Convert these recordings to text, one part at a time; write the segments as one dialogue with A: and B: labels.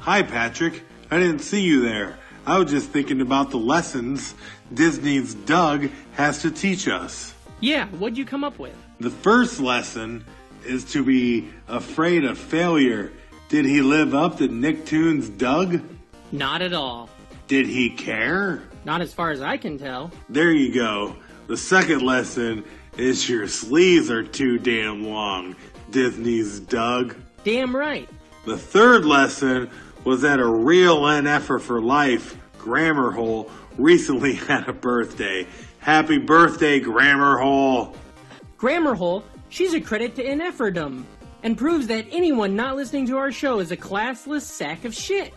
A: Hi, Patrick. I didn't see you there. I was just thinking about the lessons Disney's Doug has to teach us.
B: Yeah, what'd you come up with?
A: The first lesson is to be afraid of failure. Did he live up to Nicktoons Doug?
B: Not at all.
A: Did he care?
B: Not as far as I can tell.
A: There you go. The second lesson is your sleeves are too damn long, Disney's Doug.
B: Damn right.
A: The third lesson was that a real NFer for life, Grammar Hole, recently had a birthday. Happy birthday, Grammar Hole!
B: Grammar Hole, she's a credit to inefferdom and proves that anyone not listening to our show is a classless sack of shit.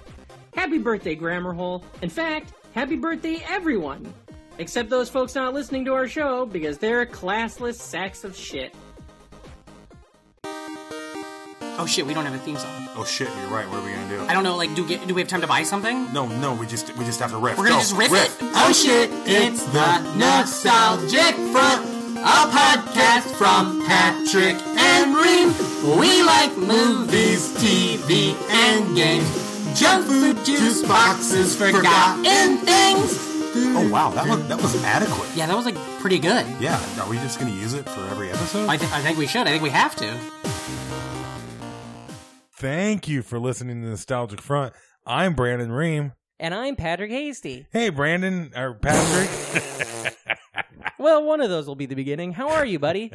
B: Happy birthday, Grammar Hole. In fact, happy birthday, everyone. Except those folks not listening to our show because they're classless sacks of shit.
C: Oh shit, we don't have a theme song.
D: Oh shit, you're right. What are we gonna do?
C: I don't know. Like, do get, do we have time to buy something?
D: No, no, we just we just have to riff.
C: We're gonna
D: Go,
C: just riff, it.
E: Oh shit, it's the
C: Uh,
E: Nostalgic Front, a podcast from Patrick and Reem. We like movies, TV, and games, junk food, juice boxes, forgotten things.
D: Oh wow, that was that was adequate.
C: Yeah, that was like pretty good.
D: Yeah, are we just gonna use it for every episode?
C: I, th- I think we should. I think we have to.
F: Thank you for listening to Nostalgic Front. I'm Brandon Ream.
G: And I'm Patrick Hasty.
F: Hey, Brandon or Patrick.
G: Well, one of those will be the beginning. How are you, buddy?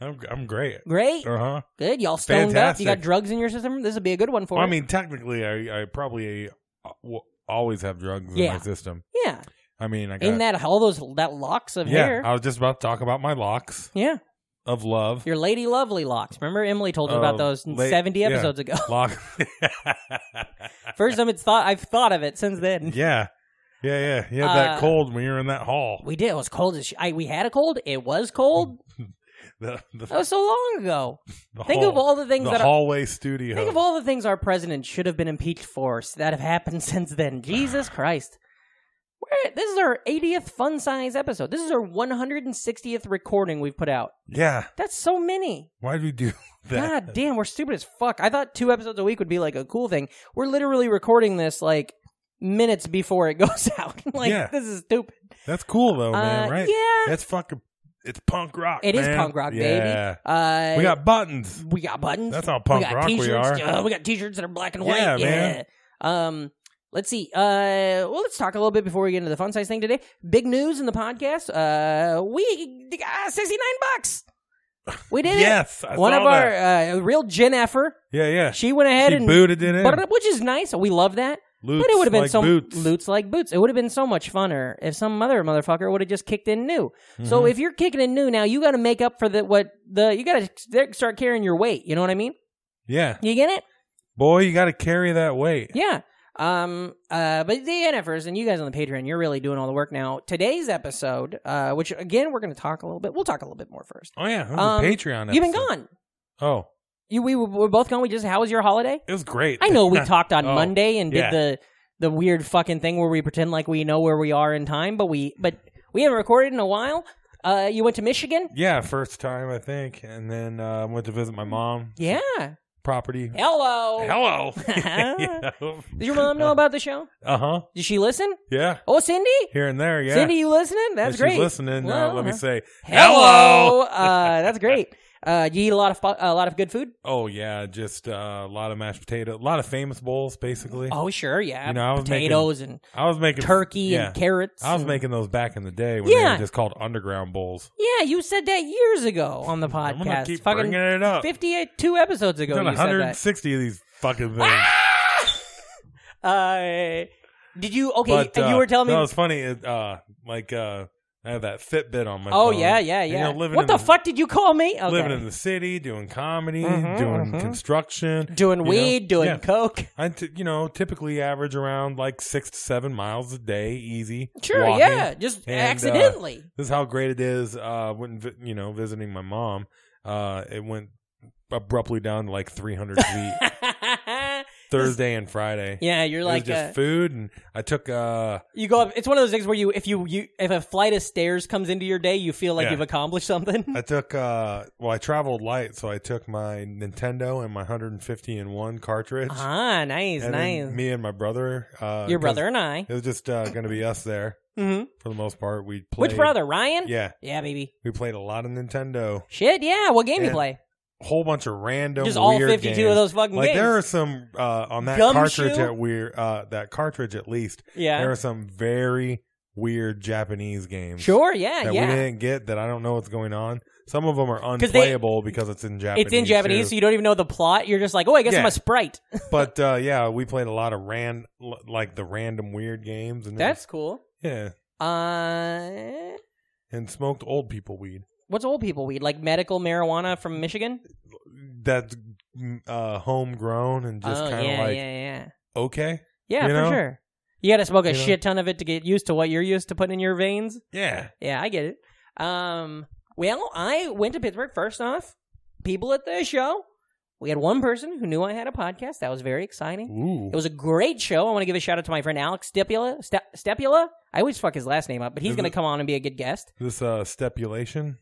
F: I'm I'm great.
G: Great.
F: Uh huh.
G: Good. Y'all stoned up. You
F: Fantastic.
G: got drugs in your system. This would be a good one for
F: Well, I
G: it.
F: mean, technically, I I probably uh, will always have drugs in
G: Yeah.
F: my system.
G: yeah.
F: I mean, I got
G: Ain't that all those that locks of
F: yeah.
G: hair?
F: I was just about to talk about my locks
G: yeah.
F: of love.
G: Your lady lovely locks. Remember Emily told us
F: Oh,
G: about those
F: la-
G: 70
F: yeah.
G: episodes ago.
F: Lock.
G: First time it's thought I've thought of it since then.
F: yeah, yeah, yeah. You had that
G: Uh,
F: cold when you were in that hall.
G: We did. It was cold as sh- I, we had a cold. It was cold.
F: The, the,
G: That was so long ago.
F: the
G: Oh, think
F: hall,
G: of all the things
F: the
G: that are,
F: hallway studio.
G: think of all the things our president should have been impeached for that have happened since then. Jesus Christ. We're, this is our 80th fun size episode. This is our 160th recording we've put out.
F: yeah.
G: That's so many.
F: Why did we do that?
G: God damn, we're stupid as fuck. I thought two episodes a week would be like a cool thing. We're literally recording this like minutes before it goes out. like
F: Yeah.
G: this is stupid.
F: That's cool though, man.
G: Uh,
F: right?
G: yeah.
F: That's fucking. It's punk rock.
G: It is
F: man.
G: punk rock,
F: Yeah.
G: baby. Uh,
F: we got buttons.
G: we got buttons.
F: That's how punk
G: we got
F: rock we
G: t-shirts.
F: are.
G: Uh, we got t-shirts that are black and white.
F: Yeah,
G: Yeah,
F: man.
G: Um, let's see. Uh, well, let's talk a little bit before we get into the fun size thing today. Big news in the podcast. Uh, we got sixty nine bucks. We did
F: Yes, I
G: it. One
F: saw
G: of our uh, real Jen effer.
F: Yeah, yeah.
G: She went ahead
F: She
G: and
F: booted it in.
G: but- which is nice. We love that.
F: Loots
G: but it would have been
F: like
G: so
F: boots.
G: loots like boots. It would have been so much funner if some other motherfucker would have just kicked in new.
F: Mm-hmm.
G: So if you're kicking in new now, you got to make up for the what the you got to start carrying your weight. You know what I mean?
F: Yeah,
G: You get it?
F: boy, you got to carry that weight.
G: Yeah. Um. Uh. But the NFers and you guys on the Patreon, you're really doing all the work now. Today's episode, uh, which again we're going to talk a little bit. We'll talk a little bit more first.
F: Oh yeah, that was
G: Um,
F: a Patreon.
G: You've been
F: episode.
G: gone.
F: Oh,
G: You we were, we were both gone. We just how was your holiday?
F: it was great.
G: I know we talked on
F: Oh,
G: Monday and did
F: yeah.
G: the the weird fucking thing where we pretend like we know where we are in time, but we but we haven't recorded in a while. Uh, you went to Michigan,
F: yeah, first time I think, and then uh, went to visit my mom.
G: yeah.
F: Property.
G: Hello.
F: Hello. yeah.
G: Did your mom know about the show?
F: Uh huh.
G: Did she listen?
F: Yeah.
G: Oh, Cindy.
F: Here and there. Yeah.
G: Cindy, you listening? That's
F: if
G: great.
F: She's listening. uh,
G: Well,
F: let me say
G: Hello. uh, that's great. Uh, you eat a lot of fu- a lot of good food.
F: Oh yeah, just uh, a lot of mashed potato, a lot of famous bowls, basically.
G: Oh, sure, yeah.
F: You know, I was making-
G: Potatoes
F: I was making
G: and turkey
F: yeah.
G: and carrots.
F: I was
G: and-
F: making those back in the day when they
G: Yeah.
F: were just called underground bowls.
G: Yeah, you said that years ago on the
F: I'm
G: podcast.
F: gonna keep
G: Fucking
F: bringing it up.
G: 58 two episodes ago
F: Done
G: you said that.
F: 160 of these fucking things.
G: Ah, Uh, did you okay?
F: but
G: you
F: uh,
G: were telling me.
F: no, it was funny. It, uh, like uh, I had that Fitbit on my.
G: oh
F: phone.
G: yeah, yeah,
F: And, you
G: yeah.
F: know, living
G: what
F: in
G: the, fuck did you call me? Okay.
F: Living in the city, doing comedy,
G: Mhm,
F: doing
G: mhm.
F: construction,
G: doing
F: you know?
G: weed, doing
F: Yeah.
G: coke.
F: I, t- you know, typically average around like six to seven miles a day, easy.
G: Sure,
F: walking.
G: yeah, just
F: And, uh,
G: accidentally.
F: This is how great it is. Uh, when vi- you know visiting my mom, uh, it went abruptly down to like 300 feet. Thursday and Friday.
G: Yeah, you're
F: It
G: like
F: was just
G: uh,
F: food, and I took uh,
G: you go up. It's one of those things where you, if you, you, if a flight of stairs comes into your day, you feel like
F: Yeah.
G: you've accomplished something.
F: I took uh, well, I traveled light, so I took my Nintendo and my 150 and one cartridge.
G: ah, nice,
F: and then
G: nice.
F: Me and my brother. Uh,
G: your
F: 'cause
G: brother and I.
F: It was just uh, going to be us there
G: hmm
F: for the most part. We played.
G: Which brother, Ryan?
F: Yeah,
G: Yeah, baby.
F: we played a lot of Nintendo.
G: Shit, yeah. What game you
F: Yeah.
G: play?
F: A whole bunch of random.
G: Just all
F: weird
G: 52
F: games.
G: of those fucking
F: Like
G: games.
F: there are some uh, on that
G: Gumshoe?
F: cartridge at weird uh, that cartridge at least.
G: yeah.
F: There are some very weird Japanese games.
G: Sure, yeah,
F: that we
G: yeah.
F: didn't get that I don't know what's going on. Some of them are
G: 'Cause they-
F: unplayable because it's in Japanese.
G: It's in Japanese, so
F: too.
G: you don't even know the plot. You're just like, oh, I guess I'm
F: Yeah.
G: a sprite.
F: but uh, yeah, we played a lot of ran l- like the random weird games and it
G: That's cool.
F: was- yeah,
G: Uh,
F: and smoked old people weed.
G: what's old people weed? Like medical marijuana from Michigan?
F: That's mm, uh, homegrown and just
G: oh,
F: kind of
G: yeah,
F: like
G: yeah, yeah.
F: okay,
G: Yeah, for
F: you know?
G: sure. You got to smoke a
F: You know?
G: shit ton of it to get used to what you're used to putting in your veins.
F: yeah,
G: Yeah, I get it. Um, well, I went to Pittsburgh first off. People at the show. We had one person who knew I had a podcast. That was very exciting.
F: ooh,
G: It was a great show. I want to give a shout out to my friend Alex Stepula. Ste- Stepula? I always fuck his last name up, but he's
F: Is
G: going to
F: it-
G: come on and be a good guest.
F: this uh, stipulation.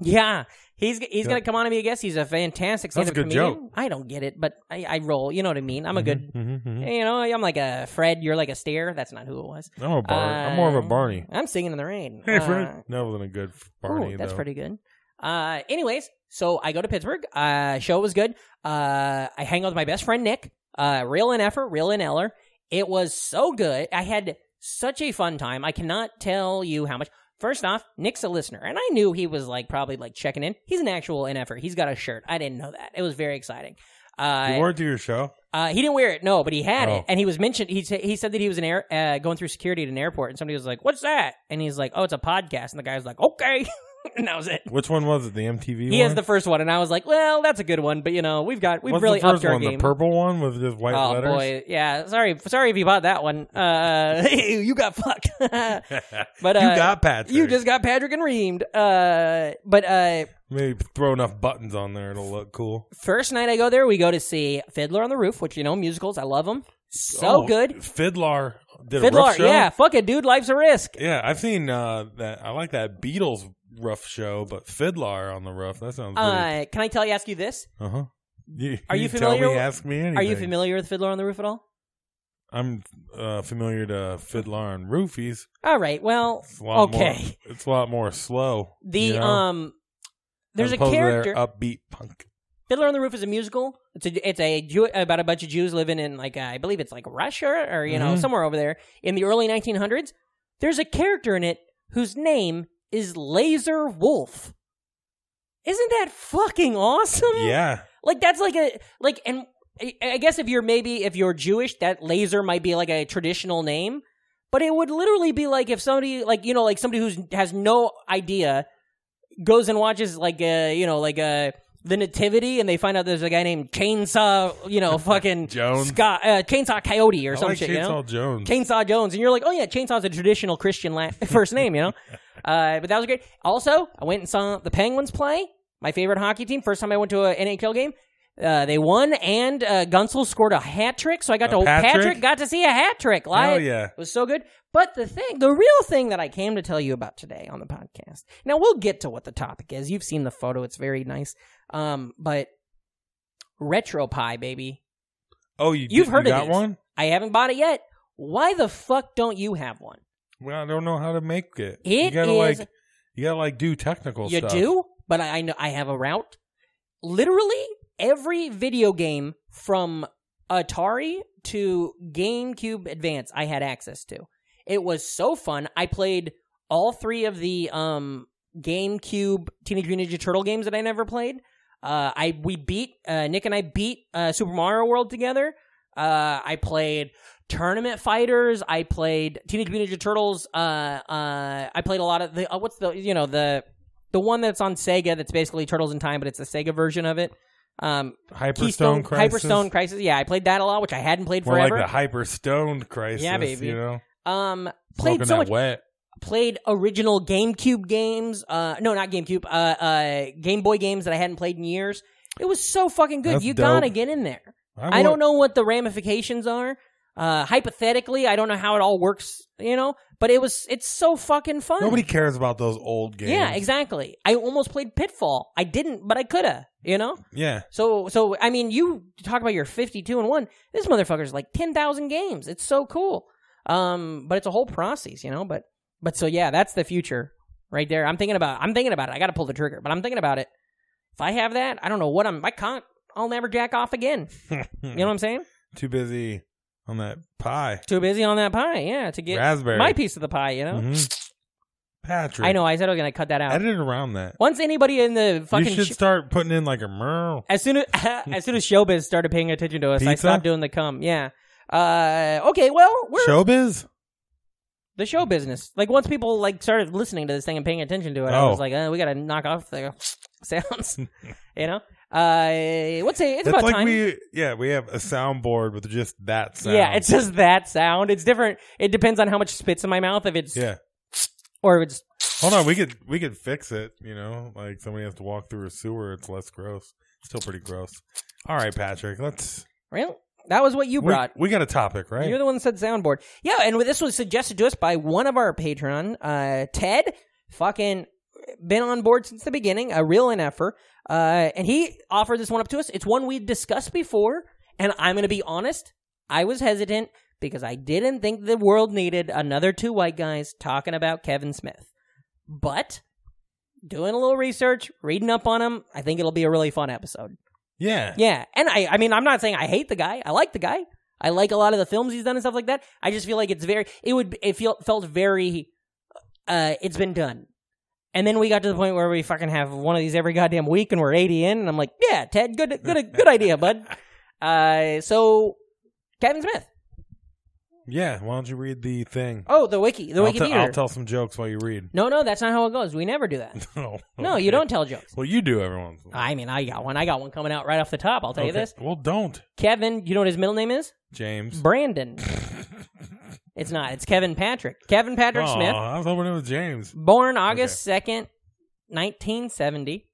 G: Yeah, he's he's
F: Yeah.
G: gonna come on and be a guest. He's a fantastic
F: That's
G: stand
F: a
G: up
F: good
G: comedian.
F: joke.
G: I don't get it, but I, I roll. You know what I mean? I'm a good,
F: Mhm, mhm, mhm.
G: you know, I'm like a Fred. You're like a stare. That's not who it was.
F: I'm a Bar- I'm more of
G: Uh,
F: a Barney.
G: I'm singing in the rain.
F: Hey,
G: Uh,
F: Fred. Never than a good f- Barney.
G: ooh, that's
F: though.
G: pretty good. Uh, anyways, so I go to Pittsburgh. Uh, show was good. Uh, I hang out with my best friend Nick. Uh, real in effort, real in Eller. It was so good. I had such a fun time. I cannot tell you how much. First off, Nick's a listener, and I knew he was like probably like checking in. He's an actual in effort. He's got a shirt. I didn't know that. It was very exciting.
F: You
G: Uh,
F: wore it to your show.
G: uh, he didn't wear it, no, but he had it,
F: Oh.
G: and he was mentioned. He sa- he said that he was an air uh, going through security at an airport, and somebody was like, "What's that?" And he's like, "Oh, it's a podcast." And the guy was like, "Okay," and that was it.
F: Which one was it? The MTV.
G: He
F: one?
G: has the first one, and I was like, "Well, that's a good one," but you know, we've got we've
F: What's
G: really
F: the first
G: upped our
F: one?
G: game.
F: The purple one with just white
G: oh
F: letters.
G: boy, yeah. Sorry, sorry if you bought that one. Uh, you got fucked. but uh,
F: you got Patrick.
G: you just got Patrick and reamed. Uh, but uh,
F: maybe throw enough buttons on there; it'll look cool.
G: first night I go there, we go to see Fiddler on the Roof, which you know musicals. I love them. So
F: Oh,
G: good.
F: Fiddler did a
G: Fiddler,
F: rough show.
G: yeah, fuck it, dude. Life's a risk.
F: yeah. I've seen uh, that. I like that Beatles rough show, but Fiddler on the roof. That sounds. Uh
G: Uh, can I tell you? Ask you this:
F: huh. You,
G: are you
F: Tell
G: familiar-
F: me, ask me anything.
G: Are you familiar with Fiddler on the Roof at all?
F: I'm uh, familiar to Fiddler on Roofies.
G: All right. Well,
F: It's a lot
G: Okay.
F: More, it's a lot more slow.
G: the
F: you know,
G: um, there's
F: as
G: a
F: opposed to their
G: character.
F: upbeat punk.
G: Fiddler on the Roof is a musical. It's a it's a Jew, about a bunch of Jews living in like I believe it's like Russia or you know
F: Mhm.
G: somewhere over there in the early 1900s. There's a character in it whose name is Laser Wolf. Isn't that fucking awesome?
F: Yeah.
G: Like that's like a like and I- I guess if you're maybe if you're Jewish, that laser might be like a traditional name, but it would literally be like if somebody like you know like somebody who has no idea goes and watches like uh you know like uh the nativity and they find out there's a guy named Chainsaw you know fucking
F: Jones.
G: Scott uh, Chainsaw Coyote or
F: I
G: some
F: like
G: shit
F: Chainsaw
G: you know
F: Jones.
G: Chainsaw Jones, and you're like, oh yeah, Chainsaw's a traditional Christian la- first name, you know. Uh, but that was great. Also, I went and saw the Penguins play. My favorite hockey team. First time I went to an NHL game. Uh, they won, and uh, Gunsel scored a hat trick. So I got
F: A
G: to
F: Patrick?
G: Patrick got to see a hat trick
F: Hell
G: live.
F: yeah.
G: It was so good. But the thing, the real thing that I came to tell you about today on the podcast. Now we'll get to what the topic is. You've seen the photo; it's very nice. Um, but RetroPie, baby,
F: Oh, you
G: You've
F: did-
G: heard
F: you
G: of
F: got
G: these.
F: one?
G: I haven't bought it yet. Why the fuck don't you have one?
F: Well, I don't know how to make it.
G: It
F: you gotta
G: is-
F: like you gotta like do technical
G: you
F: stuff.
G: do but I, I know i have a route literally every video game from atari to gamecube advance i had access to it was so fun i played all three of the um gamecube teenage mutant ninja turtle games that i never played uh i we beat uh nick and i beat uh super mario world together uh i played tournament fighters i played teenage mutant ninja turtles uh uh i played a lot of the uh, what's the you know the the one that's on Sega that's basically Turtles in Time, but it's the Sega version of it. Um,
F: Hyperstone
G: Keystone
F: Crisis.
G: Hyperstone Crisis. Yeah, I played that a lot, which I hadn't played
F: More
G: forever.
F: like the Hyperstone Crisis.
G: Yeah, baby.
F: You know,
G: um, played
F: Smoking
G: so
F: that
G: much.
F: wet.
G: Played original GameCube games. Uh, no, not GameCube. Uh, uh, Game Boy games that I hadn't played in years. It was so fucking good.
F: That's
G: you
F: dope.
G: gotta get in there. I don't know what the ramifications are. Uh, hypothetically, I don't know how it all works, you know. But it was it's so fucking fun.
F: Nobody cares about those old games.
G: Yeah, exactly. I almost played Pitfall. I didn't, but I coulda, you know.
F: Yeah.
G: So so I mean, you talk about your fifty-two and one. This motherfucker's like ten thousand games. It's so cool. Um, but it's a whole process, you know. But but so yeah, that's the future right there. I'm thinking about. I'm thinking about it. I got to pull the trigger, but I'm thinking about it. If I have that, I don't know what I'm. I can't. I'll never jack off again. You know what I'm saying?
F: Hmm. Too busy on that pie.
G: Too busy on that pie. Yeah, to get
F: Raspberry.
G: my piece of the pie. You know.
F: Mhm. Patrick.
G: I know. I said I was gonna cut that out.
F: Edit around that.
G: Once anybody in the
F: You
G: fucking
F: should
G: sh-
F: start putting in like a merl.
G: as soon as as soon as showbiz started paying attention to us, I
F: Pizza?
G: stopped doing the cum. Yeah. Uh. Okay. Well, we're
F: Showbiz?
G: the show business. Like once people like started listening to this thing and paying attention to it, I
F: Oh.
G: was like, uh, we gotta knock off the sounds. you know. Uh. What's it? It's
F: That's
G: about
F: like
G: time.
F: we yeah, we have a soundboard with just that sound.
G: Yeah, it's just that sound. It's different. It depends on how much spits in my mouth. If it's
F: Yeah.
G: or if it's
F: Hold on, we could we could fix it, you know? Like somebody has to walk through a sewer, it's less gross. Still pretty gross. All right, Patrick, let's
G: real. That was what you
F: we,
G: brought.
F: we got a topic, right?
G: You're the one that said soundboard. Yeah, and this was suggested to us by one of our Patreon, uh, Ted. Fucking been on board since the beginning, a real NFer. Uh, and he offered this one up to us. It's one we'd discussed before, and I'm going to be honest, I was hesitant because I didn't think the world needed another two white guys talking about Kevin Smith. But doing a little research, reading up on him, I think it'll be a really fun episode.
F: yeah.
G: Yeah, and I I mean I'm not saying I hate the guy. I like the guy. I like a lot of the films he's done and stuff like that. I just feel like it's very it would it feel, felt very uh it's been done. And then we got to the point where we fucking have one of these every goddamn week and we're 80 in and I'm like, "Yeah, Ted, good good good idea, bud." Uh so Kevin Smith.
F: Yeah, why don't you read the thing?
G: Oh, the wiki, the
F: I'll,
G: wiki
F: te-
G: theater.
F: I'll tell some jokes while you read.
G: no, no, that's not how it goes. We never do that.
F: No,
G: No, you don't tell jokes.
F: Well, you do every once. in a while.
G: I mean, I got one. I got one coming out right off the top. I'll tell you
F: Okay.
G: this.
F: Well, don't,
G: Kevin, you know what his middle name is?
F: James.
G: Brandon. it's not. It's Kevin Patrick. Kevin Patrick
F: Aw,
G: Smith,
F: I was hoping it was James.
G: born August second, nineteen seventy,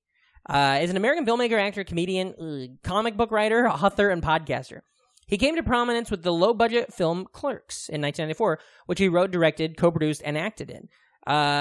G: uh, is an American filmmaker, actor, comedian, ugh, comic book writer, author, and podcaster. He came to prominence with the low-budget film Clerks in 1994, which he wrote, directed, co-produced, and acted in.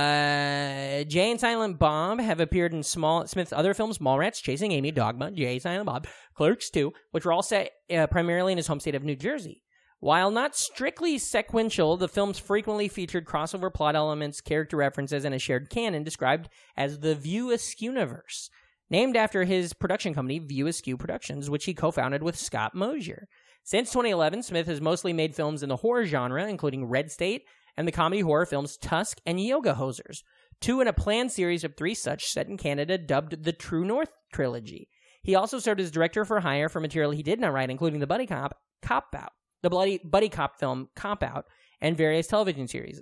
G: Uh, Jay and Silent Bob have appeared in small Smith's other films, Mallrats, Chasing Amy, Dogma, Jay and Silent Bob, Clerks 2, which were all set uh, primarily in his home state of New Jersey. While not strictly sequential, the films frequently featured crossover plot elements, character references, and a shared canon described as the View Askew universe, named after his production company, View Askew Productions, which he co-founded with Scott Mosier. Since 2011, Smith has mostly made films in the horror genre, including Red State and the comedy horror films Tusk and Yoga Hosers, two in a planned series of three such set in Canada dubbed the True North Trilogy. He also served as director for hire for material he did not write, including the Buddy Cop Cop Out, the Bloody Buddy Cop film Cop Out, and various television series.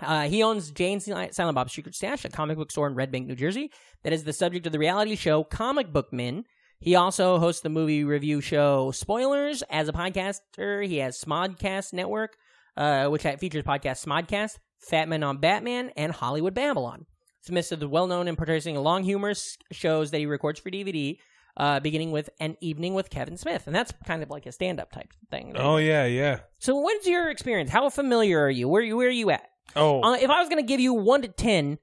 G: Uh, he owns Jane Silent Bob's Secret Stash, a comic book store in Red Bank, New Jersey, that is the subject of the reality show Comic Book Men. He also hosts the movie review show Spoilers. As a podcaster, he has Smodcast Network, uh, which features podcasts Smodcast, Fat Men on Batman, and Hollywood Babylon. Smith is well known in producing long humorous shows that he records for DVD, uh, beginning with An Evening with Kevin Smith. And that's kind of like a stand up type thing.
F: Oh yeah, yeah.
G: So, what's your experience? How familiar are you? Where, where are you at?
F: Oh,
G: Uh, if I was going to give you one to ten,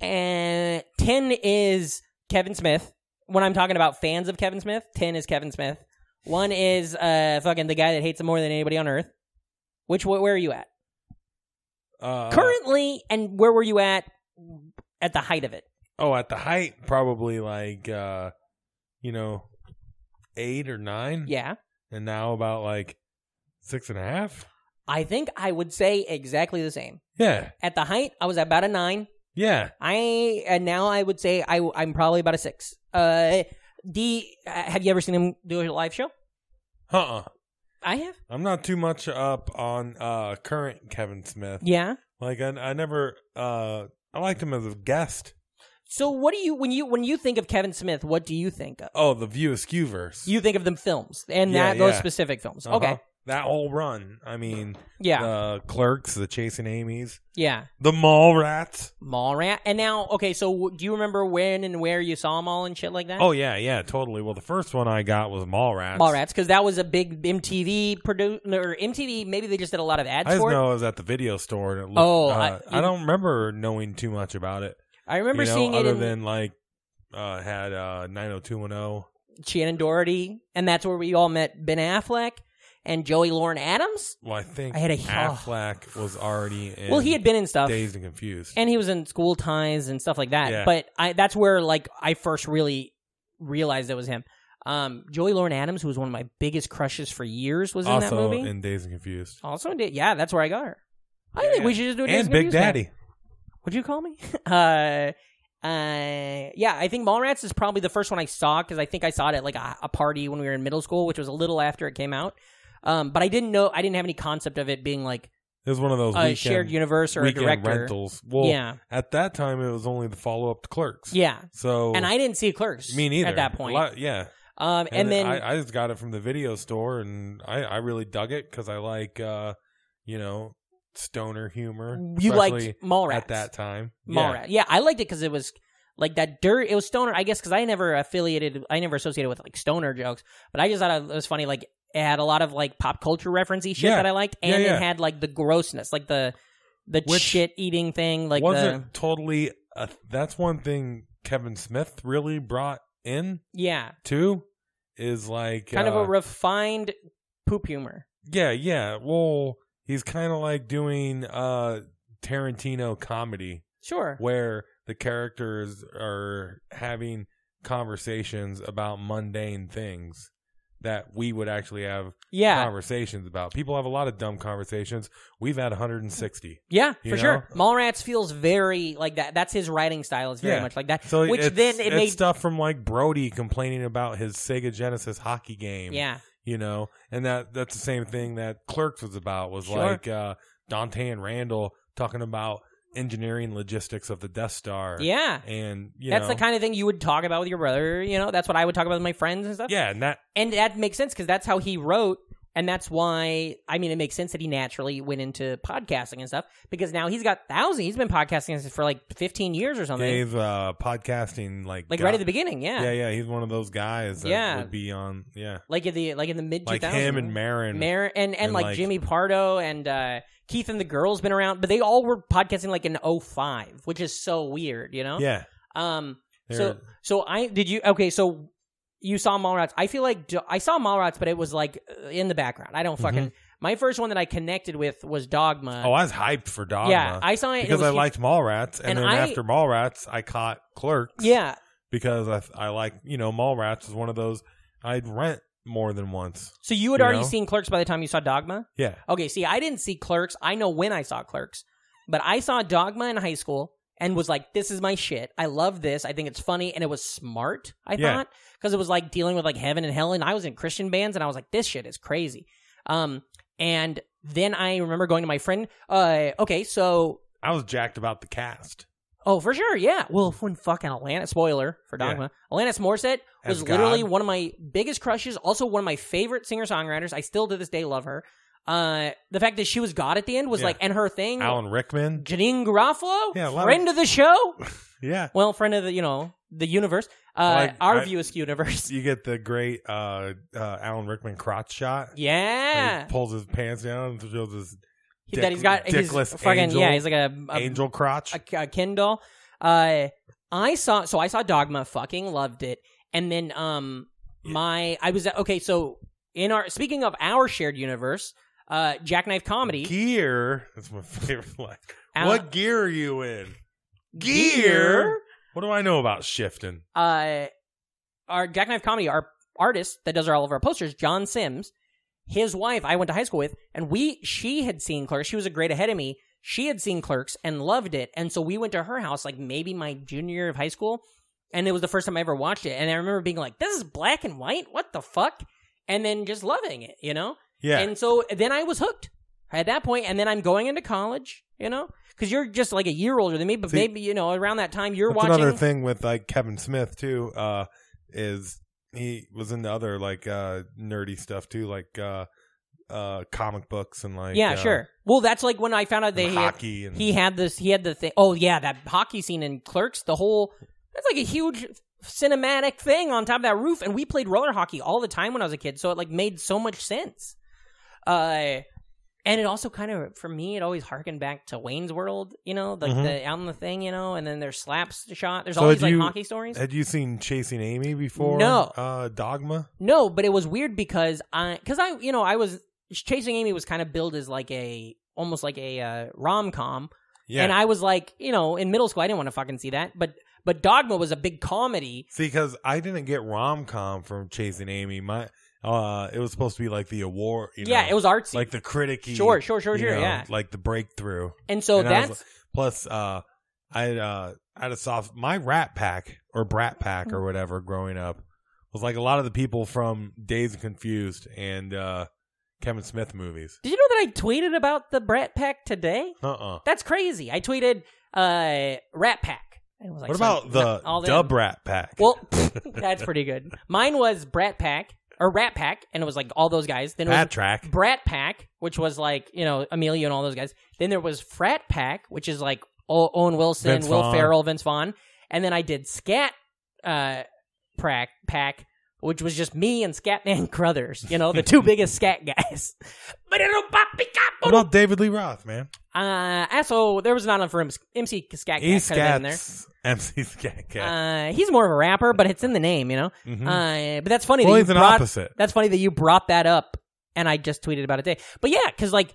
G: and ten is Kevin Smith. When I'm talking about fans of Kevin Smith, ten is Kevin Smith. One is uh fucking the guy that hates him more than anybody on earth. Which wh- where are you at
F: uh,
G: currently, and where were you at at the height of it?
F: Oh, at the height, probably like uh, you know, eight or nine.
G: Yeah,
F: and now about like six and a half.
G: I think I would say exactly the same.
F: Yeah,
G: At the height, I was about a nine.
F: yeah.
G: I and now I would say I I'm probably about a six. Uh, D, uh, have you ever seen him do a live show?
F: Uh. uh
G: I have.
F: I'm not too much up on uh current Kevin Smith.
G: Yeah.
F: Like I, I never. uh I liked him as a guest.
G: So what do you when you when you think of Kevin Smith, what do you think of?
F: Oh, the View Askew verse.
G: You think of them films and
F: Yeah,
G: that those
F: yeah.
G: specific films.
F: Uh-huh.
G: Okay.
F: That whole run. I mean,
G: Yeah,
F: the clerks, the chasing Amy's,
G: yeah.
F: the mall rats.
G: Mallrat. And now, okay, so w- do you remember when and where you saw them all and shit like that?
F: Oh yeah, yeah, totally. Well, the first one I got was mall rats.
G: Mallrats, because that was a big MTV produ- or MTV. Maybe they just did a lot of ads
F: I just
G: for it.
F: know it was at the video store. And it looked,
G: Oh,
F: uh,
G: I-
F: I, don't remember knowing too much about it.
G: I remember
F: you know,
G: seeing it
F: other
G: in
F: than like uh, had uh, 90210.
G: Shannon Doherty, and that's where we all met Ben Affleck and Joey Lauren Adams.
F: Well, I think
G: I had a-
F: Affleck was already. In
G: well, he had been in stuff,
F: dazed and confused.
G: and he was in School Ties and stuff like that.
F: Yeah.
G: But I, that's where like I first really realized it was him. Um, Joey Lauren Adams, who was one of my biggest crushes for years, was in that
F: also
G: movie. Oh,
F: in Dazed and Confused.
G: also, in, Da- yeah, that's where I got her. I think we should just do a Days
F: and Big
G: Confused now.
F: Daddy.
G: What'd you call me? uh, uh, yeah, I think Mallrats is probably the first one I saw because I think I saw it at like a, a party when we were in middle school, which was a little after it came out. Um, but I didn't know, I didn't have any concept of it being like
F: It was one of those
G: a
F: weekend,
G: Uh, shared universe or a
F: weekend
G: director.
F: rentals. Well,
G: yeah,
F: at that time it was only the follow up to Clerks.
G: yeah.
F: So
G: And I didn't see Clerks.
F: me neither
G: at that point.
F: A lot- yeah,
G: um, and, then
F: I, I just got it from the video store, and I, I really dug it because I like uh, you know stoner humor.
G: you
F: especially
G: liked Mallrats
F: at that time. Yeah.
G: Mallrat. Yeah. I liked it because it was like that dirt. It was stoner, I guess, because I never affiliated, I never associated with like stoner jokes, but I just thought it was funny. Like it had a lot of like pop culture referencey shit
F: Yeah.
G: that I liked,
F: Yeah,
G: and
F: yeah.
G: it had like the grossness, like the the
F: Which
G: shit eating thing, like the
F: wasn't totally. A, that's one thing Kevin Smith really brought in
G: yeah,
F: too. Is like
G: kind
F: uh,
G: of a refined poop humor.
F: Yeah, yeah. Well, he's kind of like doing uh Tarantino comedy
G: Sure.
F: where the characters are having conversations about mundane things that we would actually have
G: Yeah.
F: conversations about. People have a lot of dumb conversations. We've had 160.
G: Yeah, for
F: You know?
G: sure. Mallrats feels very like that. That's his writing style. Is very
F: Yeah.
G: much like that.
F: So
G: which
F: it's-
G: then it
F: it's
G: made
F: stuff from like Brody complaining about his Sega Genesis hockey game.
G: yeah.
F: you know and that that's the same thing that clerks was about was
G: Sure.
F: like uh dante and randall talking about engineering logistics of the death star
G: Yeah.
F: and you
G: That's
F: know,
G: the kind of thing you would talk about with your brother. You know, that's what I would talk about with my friends and stuff.
F: yeah and that
G: And that makes sense because that's how he wrote. And that's why, I mean, it makes sense that he naturally went into podcasting and stuff because now he's got thousands. He's been podcasting for like 15 years or something.
F: gave uh podcasting like
G: like
F: got-
G: right at the beginning. Yeah.
F: yeah yeah he's one of those guys that
G: Yeah.
F: would be on yeah
G: Like in the, like in the mid 2000s.
F: like him and marin
G: Mar- and, and,
F: and,
G: like,
F: like-
G: Jimmy Pardo and uh, Keith and the girls been around, but they all were podcasting like in 05, which is so weird, you know?
F: yeah
G: Um, so
F: They're-
G: so I did you okay so you saw Mallrats. I feel like do- I saw Mallrats, but it was like uh, in the background. I don't fucking. My first one that I connected with was Dogma.
F: Mm-hmm. oh i was hyped for dogma
G: yeah, I saw it and it
F: because
G: was
F: i
G: huge.
F: liked mallrats and,
G: And
F: then
G: I-
F: after mallrats i caught clerks
G: Yeah,
F: because i i like you know mallrats is one of those i'd rent more than once
G: so you had
F: You
G: already
F: know?
G: seen Clerks by the time you saw Dogma.
F: yeah
G: Okay, see, I didn't see Clerks. I know when I saw Clerks, but I saw Dogma in high school and was like, "This is my shit. I love this. I think it's funny and it was smart." I
F: Yeah.
G: thought because it was like dealing with like heaven and hell, and I was in Christian bands, and I was like, "This shit is crazy." Um, and then I remember going to my friend. Uh, okay, so
F: I was jacked about the cast.
G: Oh, for sure, yeah. Well, when fucking Alanis, spoiler for Dogma, Alanis Morissette was
F: As God.
G: literally one of my biggest crushes. Also, one of my favorite singer songwriters. I still to this day love her. Uh, the fact that she was God at the end was
F: Yeah.
G: like, and her thing,
F: Alan Rickman.
G: Janine Garofalo,
F: Yeah, a lot of-
G: friend of the show.
F: Yeah.
G: well, friend of the you know the universe. Uh,
F: like-
G: our
F: I-
G: view askew universe.
F: You get the great uh, uh, Alan Rickman crotch shot. Where
G: Yeah,
F: He pulls his pants down and shows his
G: He- that he's got he's
F: dickless
G: fucking
F: angel-
G: yeah, he's like a, a
F: angel crotch.
G: a, a uh, Kindle. Uh, I saw so I saw Dogma, fucking loved it, and then um my I was okay. So in our speaking of our shared universe, uh, Jackknife Comedy
F: gear. That's my favorite line.
G: Alan-
F: what gear are you in? What do I know about shifting?
G: uh, our Jackknife Comedy, our artist that does all of our posters, John Sims, his wife I went to high school with, and we she had seen Clerks. She was a grade ahead of me. She had seen Clerks and loved it, and so we went to her house like maybe my junior year of high school, and it was the first time I ever watched it. And I remember being like, "This is black and white. What the fuck?" And then just loving it, you know.
F: Yeah.
G: And so then I was hooked at that point, and then I'm going into college, you know, because you're just like a year older than me, but
F: See,
G: maybe you know around that time you're
F: That's
G: watching.
F: another thing with like Kevin Smith too. Uh, is he was in the other like uh, nerdy stuff too, like uh, uh, comic books and like
G: yeah,
F: uh,
G: sure. Well, that's like when I found out
F: and
G: that he had,
F: hockey and
G: he had this. He had the thing. Oh yeah, that hockey scene in Clerks. The whole that's like a huge cinematic thing on top of that roof. And we played roller hockey all the time when I was a kid, so it like made so much sense. Uh, and it also kind of for me, it always harkened back to Wayne's World. You know, like
F: Mhm.
G: the out in the thing. You know, and then there's slaps shot. There's
F: So
G: all
F: had
G: these like
F: you-
G: hockey stories.
F: Had you seen Chasing Amy before?
G: No.
F: Uh, Dogma.
G: No, but it was weird because I, because I, you know, I was chasing Amy was kind of billed as like a almost like a uh, rom com,
F: Yeah.
G: and I was like, you know, in middle school, I didn't want to fucking see that, but but Dogma was a big comedy.
F: See, because I didn't get rom com from Chasing Amy. My uh, it was supposed to be like the award. You
G: yeah,
F: know,
G: it was artsy.
F: like the criticky.
G: sure, sure, sure,
F: you
G: sure.
F: know,
G: yeah,
F: like the breakthrough.
G: and so
F: and I was
G: that's
F: Plus, uh, I had, uh, I had a soft my Rat Pack or Brat Pack
G: Mm-hmm.
F: or whatever growing up was like a lot of the people from Days and Confused and uh, Kevin Smith movies.
G: did you know that I tweeted about the Brat Pack today?
F: Uh uh
G: That's crazy. I tweeted uh Rat Pack. And it was like
F: What
G: some-
F: about the
G: all them.
F: Dub Rat Pack?
G: Well, that's pretty good. Mine was Brat Pack or Rat Pack, and it was like all those guys. Then it was
F: Pat Track.
G: Brat Pack, which was like you know Amelia and all those guys. Then there was Frat Pack, which is like o- Owen Wilson,
F: Vince
G: Will
F: Vaughn.
G: Ferrell, Vince Vaughn, and then I did Scat uh, Prack, Pack, which was just me and Scatman Crothers, you know, the two biggest scat guys.
F: What
G: Oh.
F: about David Lee Roth, man?
G: Uh, also, there was not enough for MC, MC Scat Cat
F: He's
G: could have been in there.
F: Scats. MC Scat Cat.
G: Uh, he's more of a rapper, but it's in the name, you know.
F: Mhm.
G: Uh, but that's funny.
F: Well,
G: that you
F: he's an
G: brought-
F: opposite.
G: That's funny that you brought that up, and I just tweeted about it today. But yeah, because like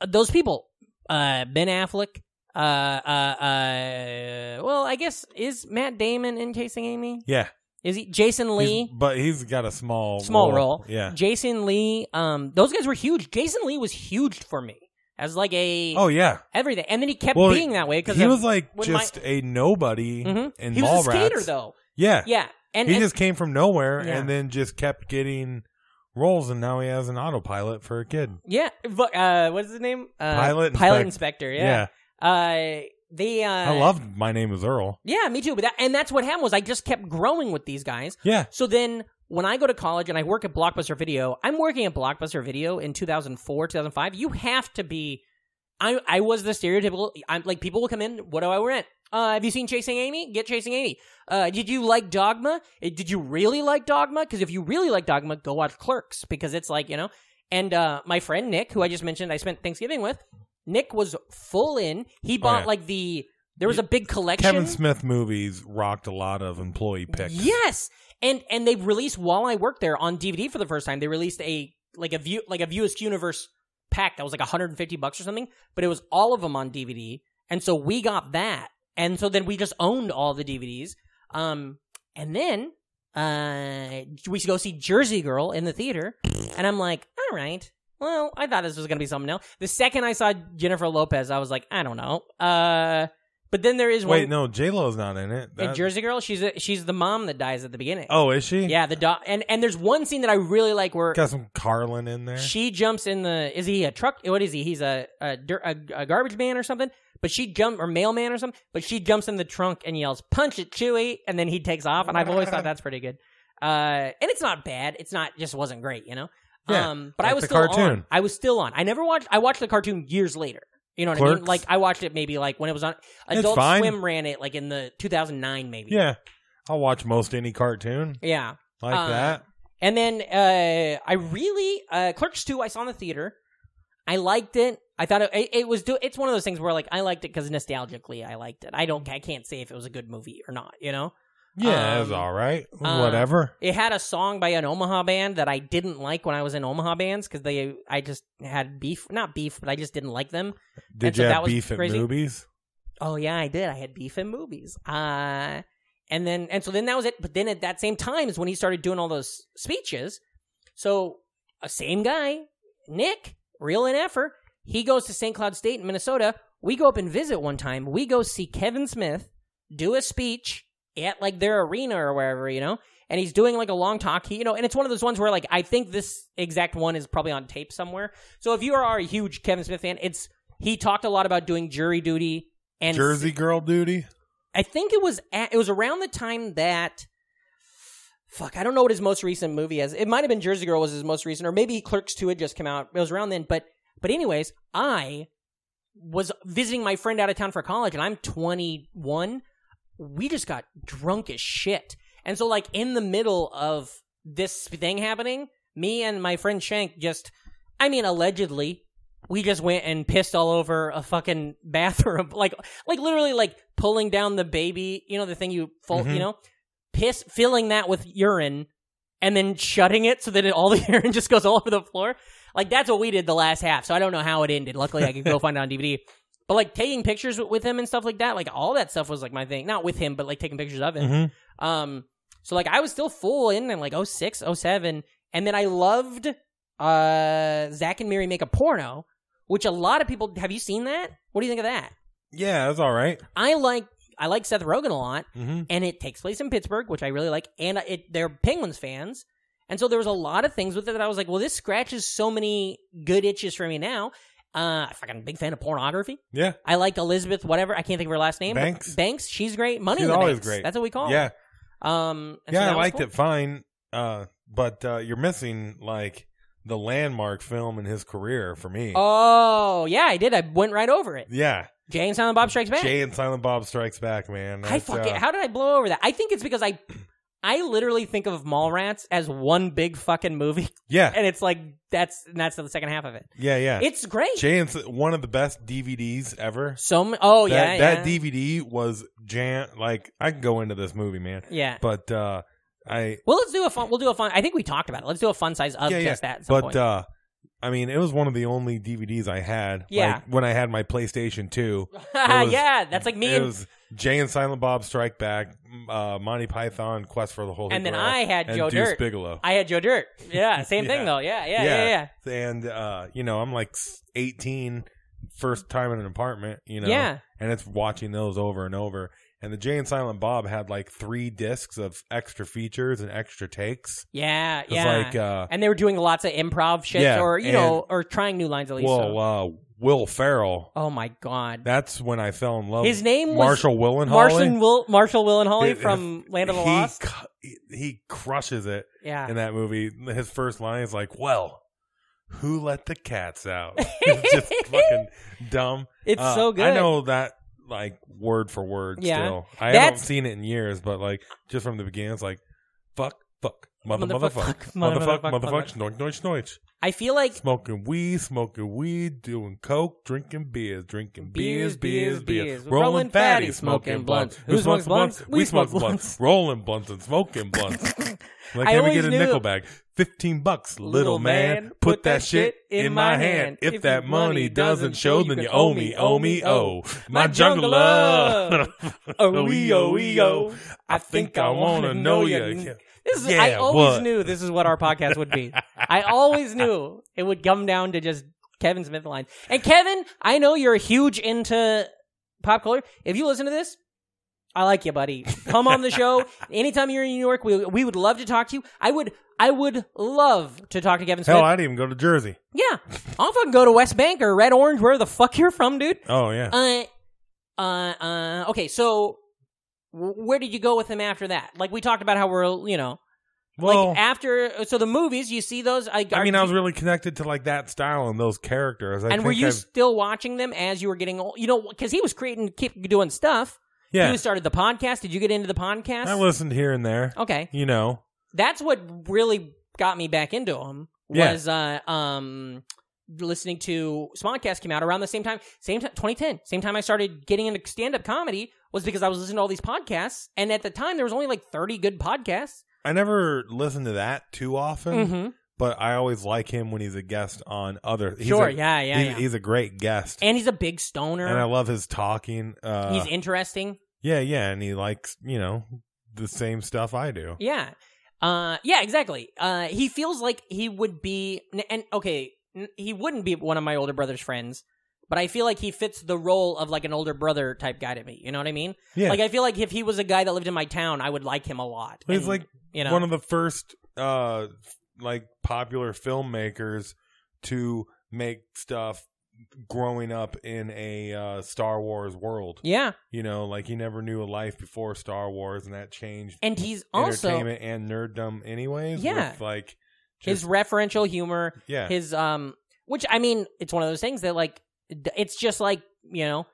G: uh, those people, uh, Ben Affleck. Uh, uh, uh, well, I guess is Matt Damon in Chasing Amy?
F: yeah.
G: Is he Jason
F: He's-
G: Lee?
F: but he's got a small
G: Small role.
F: Yeah.
G: Jason Lee. Um, those guys were huge. Jason Lee was huge for me as like a
F: Oh yeah.
G: everything, and then he kept
F: Well,
G: being that way because
F: he was like
G: when my-
F: just a nobody
G: Mhm.
F: in
G: he was a
F: Mallrats.
G: skater though.
F: Yeah.
G: Yeah, and
F: he
G: and-
F: just came from nowhere
G: Yeah.
F: and then just kept getting roles, and now he has an autopilot for a kid.
G: Yeah, but, uh, what's his name? Uh,
F: Pilot
G: pilot
F: inspect-
G: inspector. Yeah. Uh, they. Uh,
F: I loved My Name Is Earl.
G: Yeah, me too. But that, and that's what happened was I just kept growing with these guys.
F: Yeah.
G: So then when I go to college and I work at Blockbuster Video, I'm working at Blockbuster Video in 2004, 2005. You have to be. I I was the stereotypical. I'm like people will come in. What do I rent? Uh, have you seen Chasing Amy? Get Chasing Amy. Uh, did you like Dogma? Uh, Did you really like Dogma? Because if you really like Dogma, go watch Clerks because it's like you know. And uh, my friend Nick, who I just mentioned, I spent Thanksgiving with. Nick was full in. He bought
F: Oh, yeah.
G: like the there was a big collection.
F: Kevin Smith movies rocked a lot of employee picks.
G: Yes, and and they released while I worked there on DVD for the first time. They released a like a view like a Viewist Universe pack that was like 150 bucks or something, but it was all of them on DVD, and so we got that, and so then we just owned all the DVDs. Um, and then uh, we should go see Jersey Girl in the theater, and I'm like, all right. Well, I thought this was gonna be something else. The second I saw Jennifer Lopez, I was like, I don't know. Uh, but then there is one
F: Wait, no, J Lo's not in
G: in
F: it. That-
G: Jersey Girl. She's a, she's the mom that dies at the beginning.
F: Oh, is she?
G: Yeah, the dog. And and there's one scene that I really like where
F: Got some Carlin in there.
G: she jumps in the. Is he a truck? What is he? He's a a, dir- a a garbage man or something. But she jump or mailman or something. But she jumps in the trunk and yells, "Punch it, Chewy!" And then he takes off. And I've always thought that's pretty good. Uh, and it's not bad. It's not just wasn't great, you know.
F: Yeah,
G: um, but I
F: like
G: was
F: the
G: still on.
F: cartoon.
G: I was still on. I never watched. I watched the cartoon years later. You know what I mean?
F: Clerks.
G: Like I watched it maybe like when it was on.
F: It's
G: Adult
F: fine.
G: Swim ran it like in the 2009 maybe.
F: yeah. I'll watch most any cartoon
G: Yeah.
F: like
G: Uh,
F: that.
G: And then uh, I really uh, Clerks Two. I saw in the theater. I liked it. I thought it, it, it was. Do, it's one of those things where like I liked it because nostalgically I liked it. I don't. I can't say if it was a good movie or not. You know,
F: Yeah, it was
G: um,
F: all right. It was
G: uh,
F: Whatever.
G: it had a song by an Omaha band that I didn't like when I was in Omaha bands because they. I just had beef. Not beef, but I just didn't like them. and
F: Did
G: so
F: you
G: that
F: have
G: was
F: beef at
G: crazy.
F: movies?
G: Oh yeah, I did. I had beef in movies. Uh and then and so then that was it. But then at that same time is when he started doing all those speeches. So uh, same guy, Nick, real in effort, he goes to St. Cloud State in Minnesota. We go up and visit one time. We go see Kevin Smith do a speech at like their arena or wherever, you know. And he's doing like a long talk, he, you know, and it's one of those ones where like I think this exact one is probably on tape somewhere. So if you are a huge Kevin Smith fan, it's he talked a lot about doing jury duty and
F: Jersey Girl duty.
G: I think it was at, it was around the time that fuck, I don't know what his most recent movie is. It might have been Jersey Girl was his most recent, or maybe Clerks Two had just come out. It was around then, but but anyways, I was visiting my friend out of town for college, and I'm 21. We just got drunk as shit, and so like in the middle of this thing happening, me and my friend Shank just, I mean, allegedly. We just went and pissed all over a fucking bathroom, like, like literally, like pulling down the baby, you know, the thing you fold, you
F: Mhm.
G: know, piss filling that with urine and then shutting it so that it, all the urine just goes all over the floor. Like that's what we did the last half. So I don't know how it ended. Luckily, I could go find it on DVD. But like taking pictures with- with him and stuff like that, like all that stuff was like my thing. Not with him, but like taking pictures of him.
F: Mhm.
G: Um, so like I was still full in in like 06, 07. and then I loved uh Zach and Miri make a porno, which a lot of people have you seen that? What do you think of that?
F: Yeah, that's all right.
G: I like I like Seth Rogen a lot
F: Mhm.
G: and it takes place in Pittsburgh, which I really like, and it they're Penguins fans, and so there was a lot of things with it that I was like, well, this scratches so many good itches for me now. Uh, fucking big fan of pornography.
F: Yeah,
G: I like Elizabeth, whatever I can't think of her last name. but
F: Banks?
G: Banks, she's great. Money,
F: She's
G: in the
F: always
G: Banks.
F: great.
G: That's what we call.
F: yeah,
G: her. Um, and so
F: yeah.
G: that
F: I
G: was
F: liked
G: cool.
F: it fine, uh, but uh, you're missing like the landmark film in his career for me.
G: Oh yeah, I did. I went right over it.
F: yeah,
G: Jay and Silent Bob Strikes Back.
F: Jay and Silent Bob Strikes Back, man.
G: I
F: That's,
G: fuck
F: uh,
G: it. How did I blow over that? I think it's because I, I literally think of Mallrats as one big fucking movie,
F: yeah,
G: and it's like that's and that's the second half of it.
F: yeah, yeah.
G: It's great.
F: Jay and S- one of the best DVDs ever.
G: so ma- oh yeah,
F: that, that
G: yeah.
F: DVD was jam. Like I can go into this movie, man.
G: yeah.
F: But uh, I
G: Well, let's do a fun. We'll do a fun. I think we talked about it. Let's do a fun size of
F: yeah, yeah.
G: just that. At some
F: but
G: point.
F: uh, I mean, it was one of the only DVDs I had.
G: Yeah.
F: like, when I had my PlayStation Two. it was-
G: yeah, that's like me
F: It
G: and,
F: was Jay and Silent Bob Strike Back, m- uh, Monty Python Quest for the Holy
G: and then
F: Grail,
G: I had
F: and
G: Joe
F: Deuce
G: Dirt.
F: Bigelow.
G: I had Joe Dirt. Yeah, same
F: Yeah.
G: thing though. Yeah, yeah, yeah, yeah.
F: Yeah. and uh, you know, I'm like s- 18, first time in an apartment. You know,
G: Yeah.
F: and it's watching those over and over. And the Jay and Silent Bob had like three discs of extra features and extra takes.
G: Yeah,
F: It's
G: yeah.
F: like, uh,
G: and they were doing lots of improv shit,
F: Yeah,
G: or you
F: and-
G: know, or trying new lines at least. so-
F: Well, uh, Will Ferrell.
G: oh my god,
F: That's when I fell in love.
G: His name was
F: Marshall Willenhall.
G: Marshall Will Marshall Willenholly
F: It-
G: from Land of the
F: he
G: Lost.
F: cu- he- he crushes it
G: Yeah,
F: in that movie. His first line is like, "Well, who let the cats out?" it's just fucking dumb.
G: it's
F: Uh,
G: so good.
F: I know that like word for word.
G: Yeah.
F: Still, I haven't
G: That's-
F: seen it in years, but like just from the beginning, it's like, "Fuck, fuck, mother,
G: Motherfuck,
F: motherfuck,
G: fuck,
F: motherfuck,
G: motherfuck,
F: motherfuck, snoich, snoich, snoich."
G: I feel like
F: Smoking weed, smoking weed, doing coke, drinking beers, drinking beers, beers, beers,
G: Rolling
F: rolling,
G: fatty,
F: fatty,
G: smoking
F: smoking blunts.
G: blunts.
F: Who smokes blunts? We smoke blunts.
G: blunts.
F: Rolling blunts and smoking blunts. like,
G: I
F: can we
G: always
F: get a
G: knew-
F: nickel bag? Fifteen bucks, little man. Put that shit in my hand. If that money doesn't show, then you owe me, owe me, owe. My jungle love.
G: Oh, we, oh, we, oh.
F: I think I wanna know ya.
G: This is,
F: Yeah,
G: I always
F: what?
G: knew this is what our podcast would be. I always knew it would come down to just Kevin Smith lines. And Kevin, I know you're huge into pop culture. If you listen to this, I like you, buddy. Come on the show anytime you're in New York. We we would love to talk to you. I would I would love to talk to Kevin Smith.
F: Hell, I didn't even go to Jersey.
G: yeah, I'll fucking go to West Bank or Red Orange, where the fuck you're from, dude.
F: Oh yeah.
G: Uh, uh, uh, okay, so wh- where did you go with him after that? Like we talked about how we're, you know,
F: well,
G: like after. So the movies, you see those? I,
F: I
G: are-
F: mean, I was really connected to like that style and those characters. I
G: and
F: think
G: were you
F: I've-
G: still watching them as you were getting old? You know, because he was creating, keep doing stuff.
F: yeah,
G: You started the podcast. Did you get into the podcast?
F: I listened here and there.
G: Okay,
F: You know,
G: that's what really got me back into him.
F: Yeah.
G: Was uh, um listening to Smodcast came out around the same time, same time, 2010, same time I started getting into stand up comedy was because I was listening to all these podcasts, and at the time there was only like 30 good podcasts.
F: I never listened to that too often,
G: Mm-hmm.
F: but I always like him when he's a guest on other. He's
G: Sure,
F: a-
G: yeah, yeah,
F: he's,
G: yeah.
F: he's a great guest,
G: And he's a big stoner.
F: and I love his talking. Uh,
G: he's interesting.
F: yeah, yeah, and he likes you know the same stuff I do.
G: Yeah. Uh, yeah, exactly. Uh, he feels like he would be, n- and okay, n- he wouldn't be one of my older brother's friends, but I feel like he fits the role of like an older brother type guy to me. You know what I mean?
F: Yeah,
G: Like I feel like if he was a guy that lived in my town, I would like him a lot.
F: he's
G: And,
F: like
G: you know,
F: one of the first uh like popular filmmakers to make stuff growing up in a uh, Star Wars world.
G: Yeah,
F: You know, like he never knew a life before Star Wars, and that changed
G: and he's also
F: entertainment and nerddom, anyways.
G: Yeah.
F: with, like
G: his
F: just-
G: referential humor.
F: yeah,
G: his um which i mean it's one of those things that like d- it's just like you know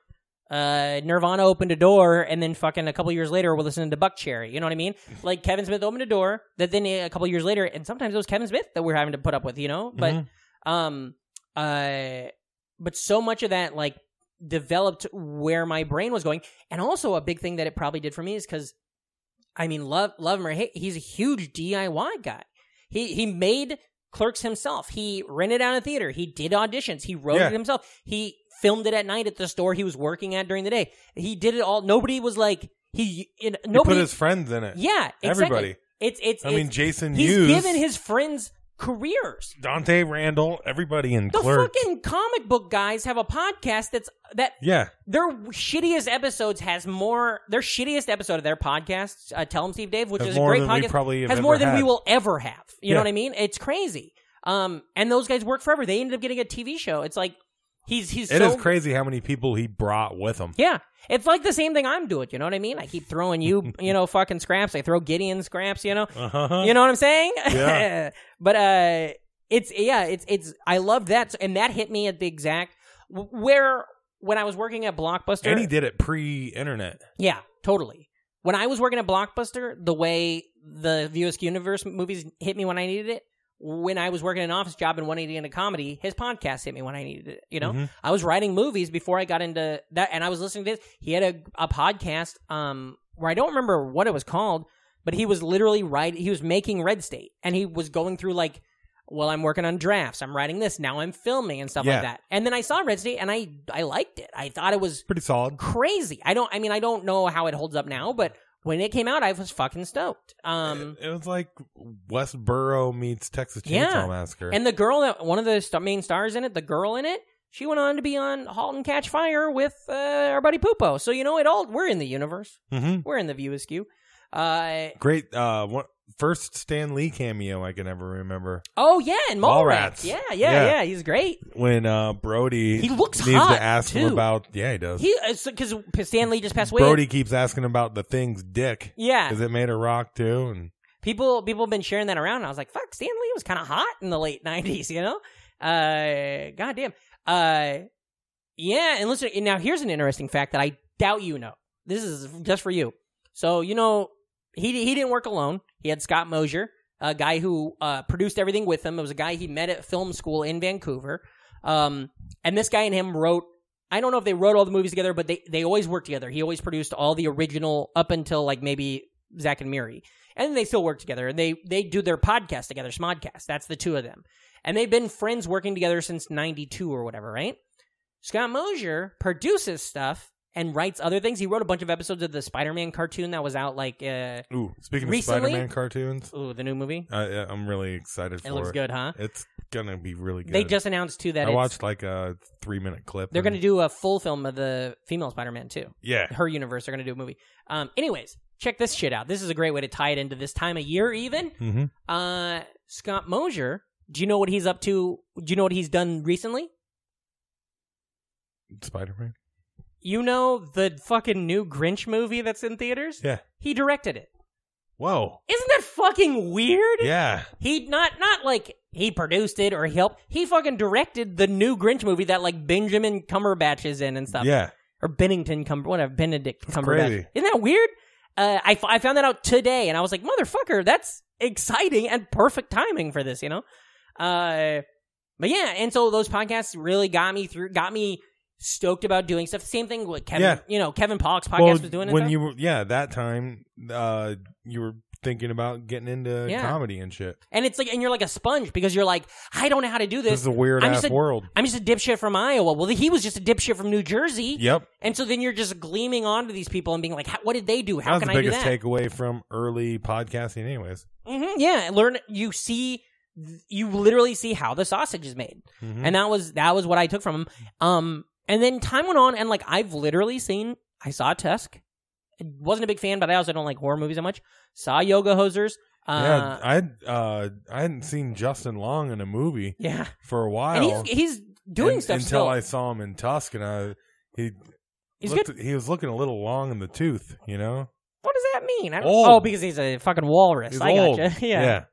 G: uh nirvana opened a door and then fucking a couple years later we're listening to buck cherry you know what i mean like kevin smith opened a door that then eh, a couple years later and sometimes it was kevin smith that we're having to put up with you know but
F: Mhm.
G: um uh but so much of that like developed where my brain was going and also a big thing that it probably did for me is because i mean love love him or hate he's a huge diy guy he he made clerks himself he rented out a theater he did auditions he wrote
F: Yeah.
G: it himself he filmed it at night at the store he was working at during the day he did it all nobody was like he it,
F: He
G: nobody
F: put his friends in it.
G: yeah exactly.
F: everybody.
G: it's it's
F: I mean,
G: it's-
F: Jason
G: he's
F: Hughes,
G: given his friends careers
F: Dante Randall, everybody in
G: the
F: Clerk.
G: fucking comic book guys have a podcast that's that
F: yeah,
G: their shittiest episodes has more their shittiest episode of their podcast. Uh, Tell them Steve Dave, which
F: Has
G: is a
F: more
G: great
F: than we
G: podcast,
F: probably have
G: has more
F: ever
G: than we
F: had.
G: will ever have. You
F: Yeah.
G: know what I mean? It's crazy. Um, and those guys work forever. They ended up getting a TV show. It's like he's he's
F: it is
G: so
F: crazy how many people he brought with him.
G: yeah. It's like the same thing I'm doing. You know what I mean? I keep throwing you you know fucking scraps. I throw Gideon scraps. You know
F: Uh-huh.
G: you know what I'm saying?
F: Yeah.
G: but uh, it's yeah, it's it's I love that, and that hit me at the exact w- where when I was working at Blockbuster.
F: and he did it pre-internet.
G: Yeah, totally. When I was working at Blockbuster, the way the Viewisk Universe movies hit me when I needed it. When I was working an office job and wanting to get into comedy, his podcast hit me when I needed it. You know,
F: Mhm.
G: I was writing movies before I got into that, and I was listening to this. He had a, a podcast um, where I don't remember what it was called, but he was literally writing. He was making Red State, and he was going through like, well, I'm working on drafts. I'm writing this now. I'm filming and stuff
F: Yeah.
G: like that. And then I saw Red State, and I I liked it. I thought it was
F: Pretty solid.
G: crazy. I don't. I mean, I don't know how it holds up now, but when it came out, I was fucking stoked. Um,
F: It was like Westboro meets Texas Chainsaw
G: Yeah.
F: Massacre.
G: and the girl that one of the st- main stars in it, the girl in it, she went on to be on *Halt and Catch Fire* with uh, our buddy Poopo. So you know, it all we're in the universe.
F: hmm
G: We're in the view askew. Uh,
F: Great. Uh, one, first Stan Lee cameo I can ever remember
G: oh yeah, and Mallrats.
F: Mallrats.
G: Yeah, yeah, yeah,
F: Yeah.
G: He's great.
F: when uh, Brody
G: He looks
F: needs
G: hot,
F: to ask
G: too.
F: him about. Yeah, he does.
G: He uh, because Stanley just passed away.
F: Brody keeps asking about the thing's dick.
G: Yeah,
F: Is it made of rock too? And
G: people people have been sharing that around. And I was like, fuck, Stan Lee was kind of hot in the late nineties, you know? Uh, goddamn. Uh, yeah. And listen, and now here's an interesting fact that I doubt you know. This is just for you. So you know, he he didn't work alone. He had Scott Mosier, a guy who uh, produced everything with him. It was a guy he met at film school in Vancouver. Um, and this guy and him wrote. I don't know if they wrote all the movies together, but they, they always worked together. He always produced all the original up until like maybe Zach and Miri and they still work together and they they do their podcast together smodcast that's the two of them and they've been friends working together since 92 or whatever right scott mosier produces stuff and writes other things he wrote a bunch of episodes of the spider-man cartoon that was out like uh
F: ooh, speaking
G: Recently-
F: of Spider-Man cartoons,
G: ooh the new movie
F: I, I'm really excited for
G: it looks
F: it.
G: good huh
F: It's gonna be really good.
G: they just announced too that
F: I
G: it's,
F: watched Mm. like a three minute clip.
G: they're
F: and-
G: going to do a full film of the female spider-man too
F: yeah.
G: her universe they're going to do a movie um anyways check this shit out this is a great way to tie it into this time of year even
F: Mm-hmm.
G: Uh, Scott Mosier. Do you know what he's up to? Do you know what he's done recently?
F: Spider Man.
G: You know the fucking new Grinch movie that's in theaters.
F: Yeah.
G: He directed it.
F: Whoa.
G: Isn't that fucking weird?
F: Yeah.
G: He not not like he produced it or he helped. He fucking directed the new Grinch movie that like Benjamin Cumberbatch is in and stuff.
F: Yeah.
G: Or Bennington Cumber whatever Benedict Cumberbatch.
F: crazy.
G: Isn't that weird? Uh, I, f- I found that out today, and I was like, motherfucker, that's exciting and perfect timing for this, you know. Uh, but yeah, and so those podcasts really got me through, got me stoked about doing stuff. Same thing with Kevin,
F: Yeah.
G: you know, Kevin Pollock's podcast
F: well,
G: was doing it.
F: when
G: though.
F: you were yeah that time, uh, you were thinking about getting into
G: Yeah.
F: comedy and shit.
G: and it's like, and you're like a sponge because you're like, I don't know how to do
F: This,
G: this.
F: is a weird
G: I'm
F: ass
G: just a-
F: world.
G: I'm just a dipshit from Iowa. Well, he was just a dipshit from New Jersey,
F: Yep.
G: and so then you're just gleaming onto these people and being like, "How- "What did they do? How
F: that was
G: can
F: the
G: I do
F: biggest
G: that?"
F: takeaway from early podcasting, anyways.
G: hmm yeah, learn. You see, you literally see how the sausage is made,
F: Mhm.
G: and that was that was what I took from him. Um, and then time went on, and like I've literally seen. I saw Tusk. Wasn't a big fan, but I also don't like horror movies that much. Saw Yoga Hosers.
F: yeah,
G: Uh,
F: I uh, I hadn't seen Justin Long in a movie
G: yeah,
F: for a while.
G: and he's he's doing
F: And-
G: stuff
F: until
G: still.
F: I saw him in Tuscana. He
G: He's
F: looked, he was looking a little long in the tooth, you know.
G: What does that mean? I don't,
F: Old.
G: oh, because he's a fucking walrus.
F: He's
G: I
F: old.
G: gotcha. Yeah.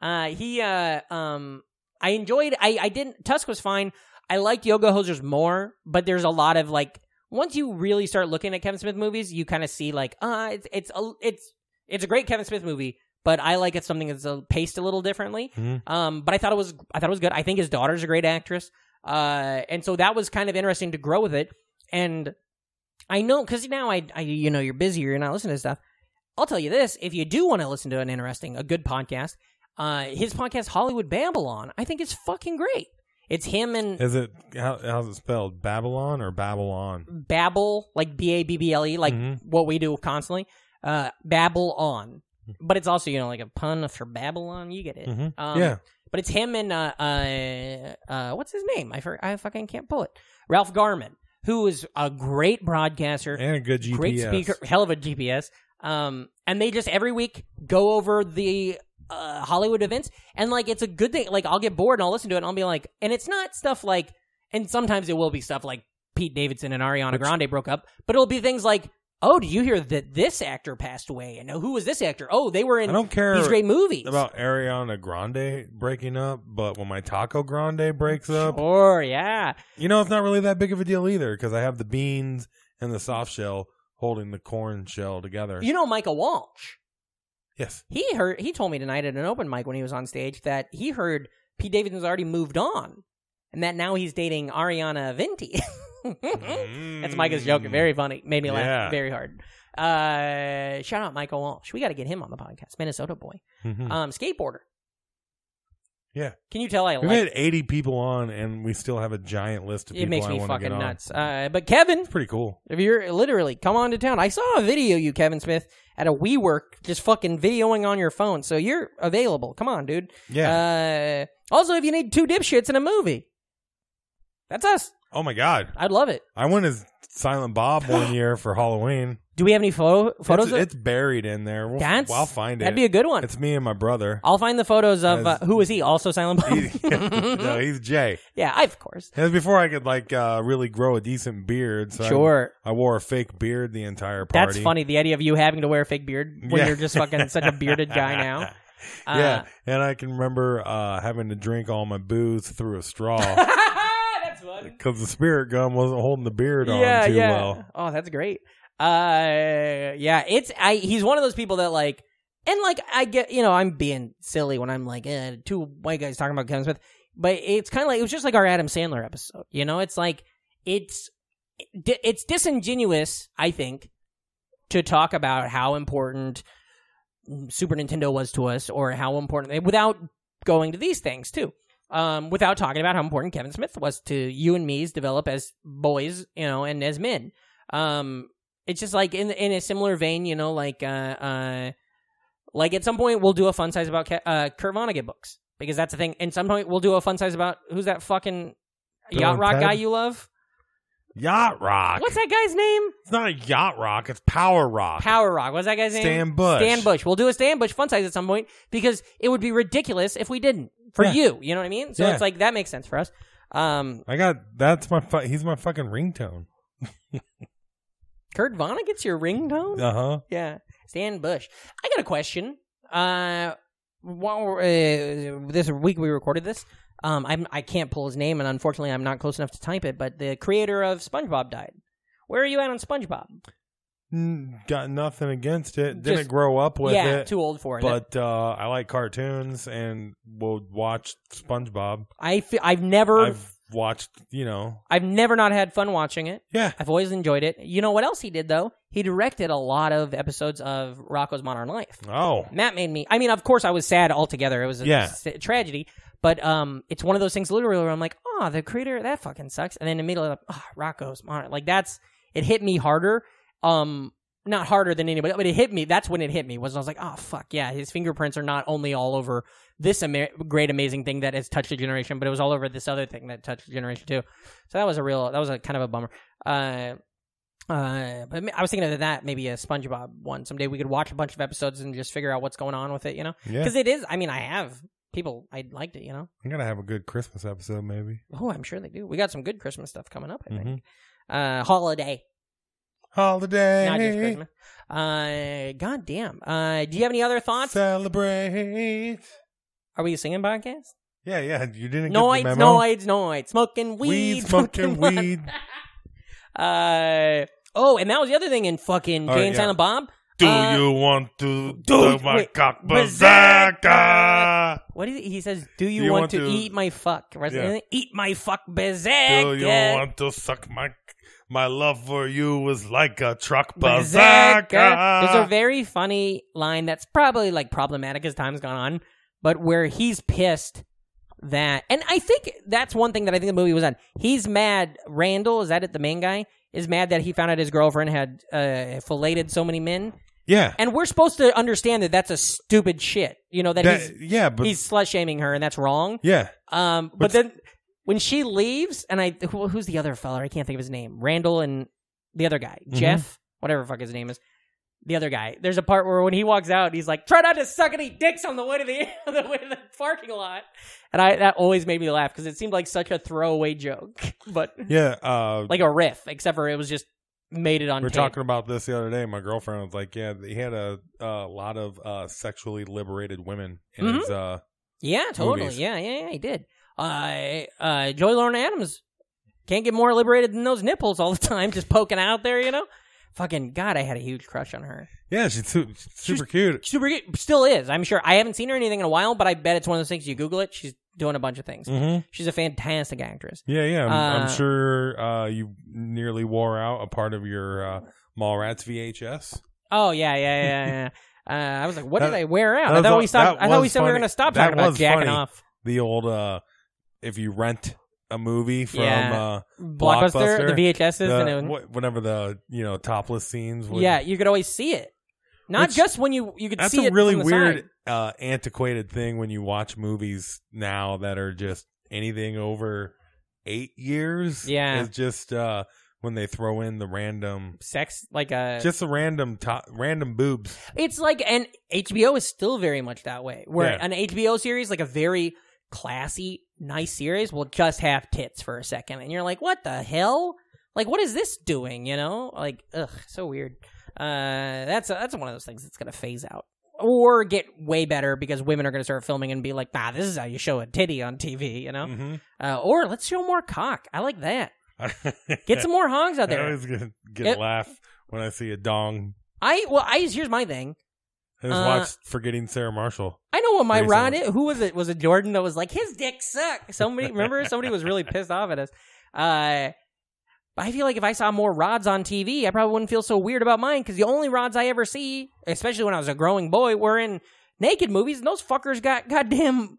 G: Uh, he uh um I enjoyed I I didn't Tusk was fine. I liked Yoga Hosers more, but there's a lot of like once you really start looking at Kevin Smith movies, you kind of see like uh it's it's a, it's it's a great Kevin Smith movie, but I like it something that's uh, paced a little differently.
F: Mhm.
G: Um, but I thought it was I thought it was good. I think his daughter's a great actress. Uh, and so that was kind of interesting to grow with it. And I know because now I, I you know you're busy, you're not listening to stuff. I'll tell you this: if you do want to listen to an interesting, a good podcast, uh, his podcast Hollywood Babylon, I think is fucking great. It's him and
F: Is it how, how's it spelled? Babylon or Babylon?
G: Babble, like B A B B L E, like
F: Mhm.
G: what we do constantly. Uh, Babble on, but it's also you know like a pun for Babylon. You get it?
F: Mhm.
G: Um,
F: yeah.
G: But it's him and uh, uh, uh, what's his name? I for, I fucking can't pull it. Ralph Garman, who is a great broadcaster,
F: And a good GPS.
G: great speaker, hell of a GPS. Um, and they just every week go over the uh, Hollywood events, and like it's a good thing. Like I'll get bored and I'll listen to it, and I'll be like, and it's not stuff like, and sometimes it will be stuff like Pete Davidson and Ariana Grande broke up, but it'll be things like. Oh, did you hear that this actor passed away? And who was this actor? Oh, they were in
F: I don't care
G: these great movies.
F: About Ariana Grande breaking up, but when my Taco Grande breaks up,
G: Sure, yeah.
F: You know, it's not really that big of a deal either because I have the beans and the soft shell holding the corn shell together.
G: You know Michael Walsh.
F: yes.
G: He heard he told me tonight at an open mic when he was on stage that he heard Pete Davidson's already moved on and that now he's dating Ariana Venti. That's Micah's joke. Very funny. Made me laugh
F: Mm. Yeah.
G: very hard. Uh, shout out Michael Walsh. We got to get him on the podcast. Minnesota boy.
F: Mhm.
G: Um, skateboarder.
F: Yeah.
G: Can you tell I
F: We've
G: like
F: had 80 people on, and we still have a giant list of people.
G: it makes
F: I
G: me
F: wanna get
G: fucking
F: on.
G: nuts. Uh, but Kevin,
F: It's pretty cool.
G: If you're literally come on to town, I saw a video you, Kevin Smith, at a WeWork just fucking videoing on your phone. So you're available. Come on, dude.
F: Yeah.
G: Uh, also, if you need two dipshits in a movie, that's us.
F: oh my God.
G: I'd love it.
F: I went as Silent Bob one year for Halloween.
G: Do we have any photo photos?
F: It's,
G: of
F: it's buried in there. We'll,
G: That's-
F: I'll find it.
G: that'd be a good one.
F: It's me and my brother.
G: I'll find the photos of uh,
F: As-
G: who was he? Also Silent Bob.
F: no, he's Jay.
G: yeah, I, of course.
F: It was before I could like uh, really grow a decent beard. So I-
G: Sure.
F: I, wore a fake beard the entire party.
G: That's funny. The idea of you having to wear a fake beard when
F: Yeah.
G: you're just fucking such a bearded guy now. Uh,
F: yeah, and I can remember uh, having to drink all my booze through a straw
G: Uh, that's fun.
F: because the spirit gun wasn't holding the beard on
G: yeah,
F: too
G: yeah.
F: well.
G: Oh, that's great. Uh, yeah, it's I. He's one of those people that like, and like I get, you know, I'm being silly when I'm like, eh, two white guys talking about Kevin Smith, but it's kind of like it was just like our Adam Sandler episode. You know, it's like it's di- it's disingenuous, I think, to talk about how important Super Nintendo was to us or how important without going to these things too. Um, without talking about how important Kevin Smith was to you and me's develop as boys, you know, and as men. Um, it's just like in in a similar vein, you know, like uh, uh like at some point we'll do a fun size about Ke- uh, Kurt Vonnegut books because that's the thing. And some point we'll do a fun size about who's that fucking
F: Bill
G: yacht
F: and
G: rock
F: Ted?
G: guy you love.
F: Yacht rock.
G: What's that guy's name?
F: It's not a yacht rock. It's power rock.
G: Power Rock. What's that guy's name?
F: Stan Bush.
G: Stan Bush. We'll do a Stan Bush fun size at some point because it would be ridiculous if we didn't for
F: Yeah.
G: you. You know what I mean? So
F: Yeah.
G: it's like that makes sense for us. Um,
F: I got that's my fu- he's my fucking ringtone.
G: Kurt Vonnegut's your ringtone.
F: Uh huh.
G: Yeah, Stan Bush. I got a question. Uh, while we're, uh, this week we recorded this, um, I'm I can't pull his name, and unfortunately I'm not close enough to type it. But the creator of SpongeBob died. Where are you at on SpongeBob?
F: Got nothing against it. Didn't
G: Just-
F: grow up with
G: yeah,
F: it.
G: too old for it.
F: but uh, I like cartoons and will watch SpongeBob.
G: I fe- I've never
F: I've watched, you know,
G: I've never not had fun watching it.
F: yeah,
G: I've always enjoyed it. You know what else he did though? He directed a lot of episodes of Rocco's Modern Life.
F: oh,
G: And that made me. I mean, of course, I was sad altogether. It was a
F: Yeah.
G: s- tragedy. But um, it's one of those things literally where I'm like, oh, the creator that fucking sucks, and then immediately like, oh, Rocco's Modern. Like that's it hit me harder. Um, not harder than anybody, but it hit me. That's when it hit me was I was like, oh fuck yeah, his fingerprints are not only all over this ama- great amazing thing that has touched a generation, but it was all over this other thing that touched a generation too. So that was a real. That was a kind of a bummer. Uh, uh, but I was thinking of that maybe a SpongeBob one someday. We could watch a bunch of episodes and just figure out what's going on with it, you know?
F: yeah.
G: Because it is. I mean, I have people I liked it, you know.
F: I'm gonna have a good Christmas episode, maybe.
G: Oh, I'm sure they do. We got some good Christmas stuff coming up, I think.
F: Mhm.
G: Uh holiday,
F: Holiday,
G: not just Christmas. Uh goddamn. Uh do you have any other thoughts?
F: celebrate.
G: Are we a singing podcast?
F: Yeah, yeah. You didn't get the
G: Noids,
F: memo.
G: noids, noids. Smoking weed.
F: Weed, smoking
G: what?
F: weed.
G: Uh oh, and that was the other thing in fucking
F: All right,
G: Jane
F: Oh, yeah.
G: Silent Bob.
F: Do
G: Uh,
F: you want to
G: do-
F: do, my
G: wait,
F: cock
G: berserker?
F: berserker?
G: What is it? He says, "Do you, want, to, eat my fuck?" Or something.
F: Yeah.
G: Eat my fuck,
F: Do you
G: berserker.
F: want to suck my my love for you was like a truck
G: Berserker. There's a
F: berserker?
G: very funny line that's probably like problematic as time's gone on, but where he's pissed that, and I think that's one thing that I think the movie was on. He's mad. Randall is that it? The main guy is mad that he found out his girlfriend had uh, filleted so many men,
F: Yeah,
G: and we're supposed to understand that that's a stupid shit. You know that,
F: that,
G: he's
F: yeah, but
G: he's slut shaming her, and that's wrong.
F: yeah,
G: Um, but
F: What's-
G: then when she leaves, and I who, who's the other fella? I can't think of his name. Randall and the other guy,
F: Mm-hmm.
G: Jeff, whatever the fuck his name is. The other guy. There's a part where when he walks out, he's like, "Try not to suck any dicks on the way to the on the way to the parking lot," and I that always made me laugh because it seemed like such a throwaway joke, but
F: yeah. Uh,
G: like a riff, except for it was just made it on.
F: we were
G: tape.
F: talking about this the other day. My girlfriend was like, "Yeah, he had a, a lot of uh, sexually liberated women in
G: Mhm.
F: his uh,
G: Yeah, totally.
F: movies.
G: Yeah, yeah, yeah, he did. Uh, uh, Joy Lauren Adams can't get more liberated than those nipples all the time, just poking out there, you know? Fucking God, I had a huge crush on her.
F: yeah, she's su- super cute.
G: Super, still is, I'm sure. I haven't seen her anything in a while, but I bet it's one of those things you Google it. She's doing a bunch of things.
F: Mm-hmm.
G: She's a fantastic actress.
F: Yeah, yeah. I'm,
G: Uh,
F: I'm sure uh, you nearly wore out a part of your uh, Mallrats VHS.
G: Oh yeah, yeah, yeah, yeah. yeah. uh, I was like, what did
F: That-
G: I wear out?
F: that
G: I
F: was
G: thought
F: all-
G: we stopped.
F: that
G: I thought we
F: was
G: said we were
F: funny.
G: gonna stop
F: That
G: talking about
F: was
G: jacking
F: funny.
G: off.
F: The old uh, if you rent a movie from
G: Yeah.
F: uh,
G: Blockbuster,
F: Blockbuster,
G: the VHSs,
F: the-
G: and it,
F: wh- whenever the you know topless scenes. Would,
G: yeah, you could always see it. Not
F: Which-
G: just when you you could
F: that's
G: see
F: a
G: it
F: really
G: from the side.
F: weird, uh, antiquated thing when you watch movies now that are just anything over eight years.
G: Yeah.
F: is just uh, when they throw in the random,
G: sex like a
F: just the random top, random boobs.
G: it's like and HBO is still very much that way where
F: Yeah.
G: an HBO series like a very classy nice series will just have tits for a second and you're like what the hell like what is this doing you know like ugh so weird uh that's that's one of those things that's gonna phase out or get way better because women are gonna start filming and be like nah this is how you show a titty on TV you know
F: Mm-hmm.
G: uh, or let's show more cock I like that get some more hongs out
F: Mm-hmm. I
G: there
F: always get, get
G: It-
F: a laugh when I see a dong.
G: I well I here's my thing
F: I just
G: Uh,
F: watched Forgetting Sarah Marshall.
G: I know what my
F: Pretty
G: rod.
F: similar.
G: Who was it? Was it Jordan that was like his dick suck? Somebody remember? Somebody was really pissed off at us. Uh, but I feel like if I saw more rods on TV, I probably wouldn't feel so weird about mine because the only rods I ever see, especially when I was a growing boy, were in naked movies, and those fuckers got goddamn,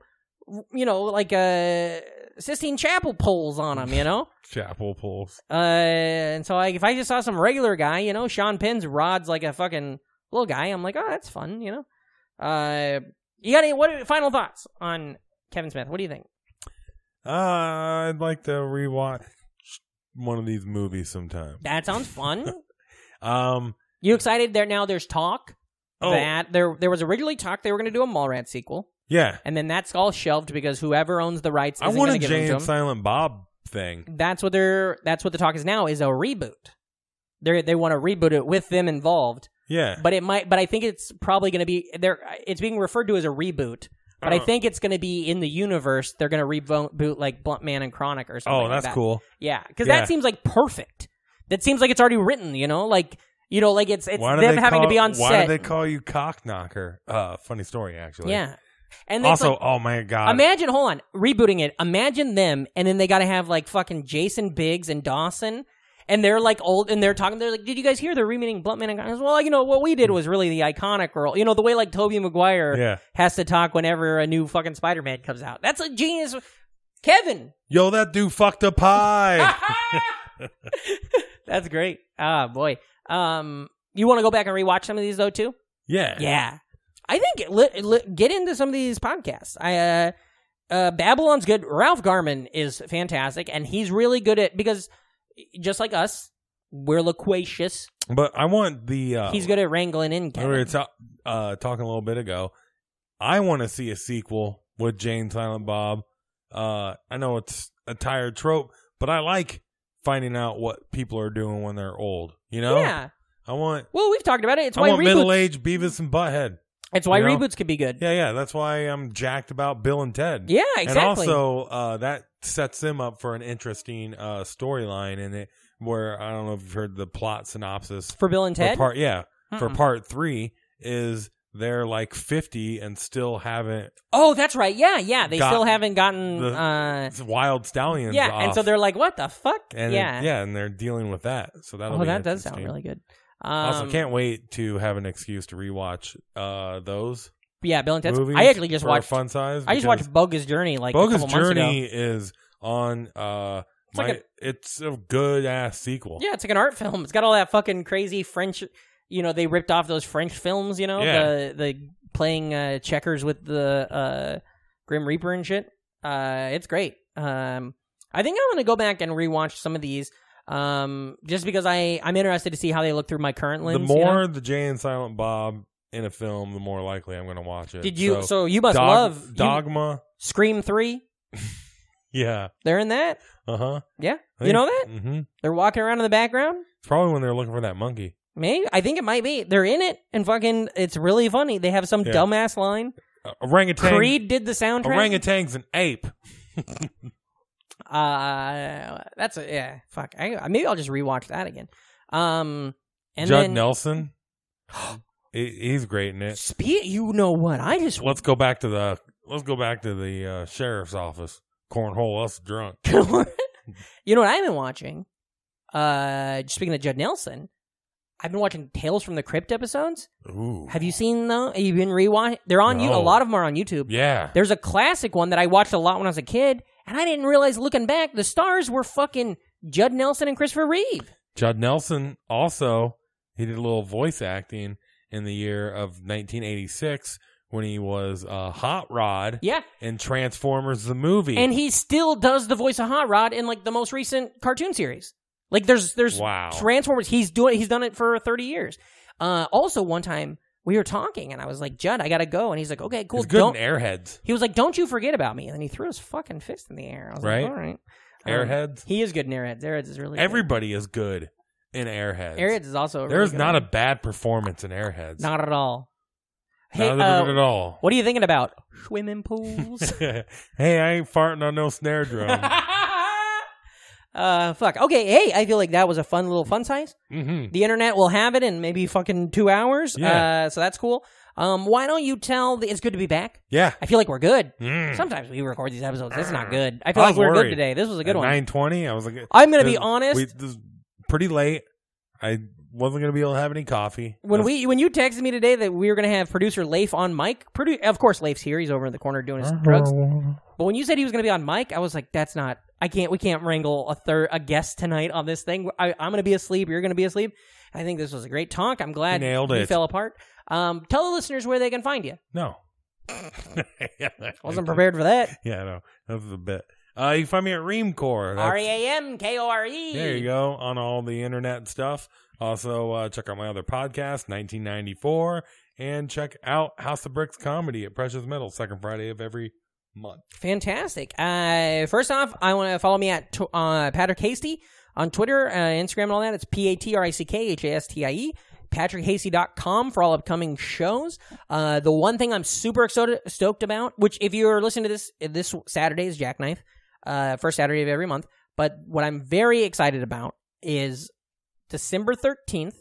G: you know, like uh, Sistine Chapel poles on them, you know.
F: Chapel pulls.
G: Uh, and so like if I just saw some regular guy, you know, Sean Penn's rods like a fucking little guy, I'm like, oh, that's fun, you know. Uh, you got any what final thoughts on Kevin Smith? What do you think?
F: Uh, I'd like to rewatch one of these movies sometime.
G: That sounds fun.
F: Um,
G: you excited? There now, there's talk
F: oh
G: that there there was originally talk they were going to do a Mallrats sequel,
F: yeah,
G: and then that's all shelved because whoever owns the rights
F: I
G: isn't
F: want
G: going to
F: a
G: give
F: Jay
G: them
F: and
G: to him.
F: Silent Bob thing.
G: That's what they're that's what the talk is now is a reboot. They they want to reboot it with them involved.
F: Yeah,
G: but it might but i think it's probably going to be there it's being referred to as a reboot but i
F: Uh.
G: think it's going to be in the universe they're going to reboot like blunt man and chronic or something
F: oh,
G: like
F: that's
G: that.
F: cool.
G: yeah because
F: Yeah.
G: that seems like perfect that seems like it's already written you know like you know like it's it's
F: Why do
G: them
F: they
G: having to
F: call-
G: be on
F: Why
G: set
F: do they call you cock knocker? Uh, funny story actually.
G: yeah and it's
F: Also,
G: like,
F: oh my god,
G: imagine hold on rebooting it imagine them and then they got to have like fucking jason biggs and dawson and they're like old and they're talking they're like did you guys hear they're remeeting blunt man and Chronic? well you know what we did was really the iconic role you know the way like toby maguire
F: yeah.
G: has to talk whenever a new fucking Spider-Man comes out. That's a genius, Kevin.
F: Yo, that dude fucked a pie.
G: That's great. Ah, boy. Um, you want to go back and rewatch some of these though too?
F: yeah,
G: Yeah, I think it li- li- get into some of these podcasts. I uh, uh, Babylon's good. Ralph Garman is fantastic, and he's really good at because just like us, we're loquacious.
F: But I want the uh,
G: He's good at wrangling in.
F: We were
G: Kevin.
F: ta- uh, talking a little bit ago. I want to see a sequel with Jane Silent Bob. Uh, I know it's a tired trope, but I like finding out what people are doing when they're old. You know,
G: Yeah.
F: I want
G: Well, we've talked about it. It's
F: I
G: why
F: want
G: reboots.
F: middle aged Beavis and Butthead.
G: it's why
F: you know?
G: reboots can be good.
F: Yeah, yeah, that's why I'm jacked about Bill and Ted.
G: Yeah, exactly.
F: And also, uh, that sets them up for an interesting uh, storyline in it, where I don't know if you've heard the plot synopsis
G: for Bill and
F: for
G: Ted.
F: part yeah for
G: Mm-mm.
F: part three is they're like 50 and still haven't
G: oh, that's right. Yeah, yeah. They
F: Got
G: still haven't gotten.
F: the-
G: uh,
F: it's wild stallions
G: yeah,
F: off.
G: and so they're like, "What the fuck?"
F: and
G: yeah.
F: yeah and they're dealing with that so that'll
G: Oh,
F: be
G: that does sound really
F: interesting.
G: good. Um,
F: also can't wait to have an excuse to rewatch uh those
G: Yeah, Bill and Ted's.
F: movies
G: I actually just
F: for
G: watched.
F: fun size
G: I just
F: because
G: watched Bogus Journey like a
F: bogus
G: couple months ago.
F: journey is on uh
G: It's
F: my
G: like
F: it's a good ass sequel
G: Yeah, it's like an art film. It's got all that fucking crazy French. You know, they ripped off those French films. You know,
F: Yeah.
G: the the playing uh, checkers with the uh, Grim Reaper and shit. Uh, it's great. Um, I think I'm gonna go back and rewatch some of these. Um, just because I I'm interested to see how they look through my current lens.
F: the
G: you know?
F: more the jay and silent bob in a film the more likely i'm gonna watch it
G: did you? So,
F: so,
G: you must
F: Dog-
G: love you-
F: dogma
G: Scream Three.
F: yeah
G: They're in that.
F: uh-huh
G: Yeah, you know that
F: mm-hmm
G: they're walking around in the background.
F: It's probably when they're looking for that monkey.
G: Maybe I think it might be they're in it and fucking. It's really funny. They have some
F: Yeah.
G: dumbass line.
F: Uh, orangutan.
G: Creed did the soundtrack.
F: Orangutan's an ape.
G: uh, that's a, yeah. Fuck. I, uh, maybe I'll just rewatch that again. Um, and
F: Judd
G: then
F: Nelson. He- he's great in it.
G: spe- You know what? I just
F: Let's go back to the. Let's go back to the uh, sheriff's office. Cornhole us drunk.
G: you know what I've been watching. Uh, speaking of Judd Nelson, I've been watching Tales from the Crypt episodes.
F: Ooh.
G: Have you seen though? Have you been rewatching? They're on you. A
F: No.
G: lot of them are on YouTube.
F: Yeah.
G: There's a classic one that I watched a lot when I was a kid, and I didn't realize looking back, the stars were fucking Judd Nelson and Christopher Reeve.
F: Judd Nelson also he did a little voice acting in the year of 1986 when he was uh, Hot Rod
G: Yeah.
F: in Transformers the movie.
G: And he still does the voice of Hot Rod in like the most recent cartoon series. Like there's there's
F: Wow.
G: Transformers. He's doing he's done it for 30 years. Uh, also one time we were talking and I was like, Judd, I gotta go. And he's like, Okay, cool.
F: he's good
G: Don't
F: in Airheads.
G: he was like, Don't you forget about me. And then he threw his fucking fist in the air. I was
F: Right.
G: like, All right. Um,
F: Airheads.
G: he is good in Airheads. Airheads is really good.
F: Everybody is good in Airheads.
G: Airheads is also a really
F: There's
G: good
F: not
G: one.
F: a bad performance in Airheads.
G: not at all. Hey,
F: Not
G: uh,
F: at all.
G: What are you thinking about? Swimming pools.
F: hey, I ain't farting on no snare drum.
G: uh, fuck. Okay. Hey, I feel like that was a fun little fun size.
F: mm-hmm.
G: The internet will have it in maybe fucking two hours.
F: Yeah.
G: Uh, so that's cool. Um, why don't you tell? The, it's good to be back.
F: Yeah.
G: I feel like we're good.
F: Mm.
G: Sometimes we record these episodes. It's not good. I feel
F: I
G: like
F: was
G: we're good
F: worried.
G: today. This was a good
F: At
G: one.
F: 920, I was like,
G: I'm gonna be
F: this-
G: honest.
F: We, this is pretty late. I wasn't going to be able to have any coffee.
G: when
F: That's-
G: we when you texted me today that we were gonna have producer Leif on mic, produ- of course Leif's here. He's over in the corner doing
F: Uh-huh.
G: his drugs. But when you said he was going to be on mic, I was like, "That's not. I can't. We can't wrangle a third a guest tonight on this thing. I, I'm going to be asleep. You're going to be asleep." I think this was a great talk. I'm glad
F: You nailed
G: we
F: it.
G: fell apart. Um, tell the listeners where they can find you.
F: No.
G: Wasn't prepared for that.
F: Yeah, no. That was a bit. Uh, you can find me at Reamcore. That's-
G: R e a m k o r e.
F: There you go on all the internet stuff. Also, uh, check out my other podcast, 1994, and check out House of Bricks comedy at Precious Metal, second Friday of every month.
G: Fantastic. Uh, first off, I want to follow me at tw- uh, Patrick Hasty on Twitter, uh, Instagram, and all that. It's P A T R I C K H A S T I E. PatrickHasty.com for all upcoming shows. Uh, the one thing I'm super excited, stoked about, which if you're listening to this, this Saturday is Jackknife, uh, first Saturday of every month. But what I'm very excited about is December 13th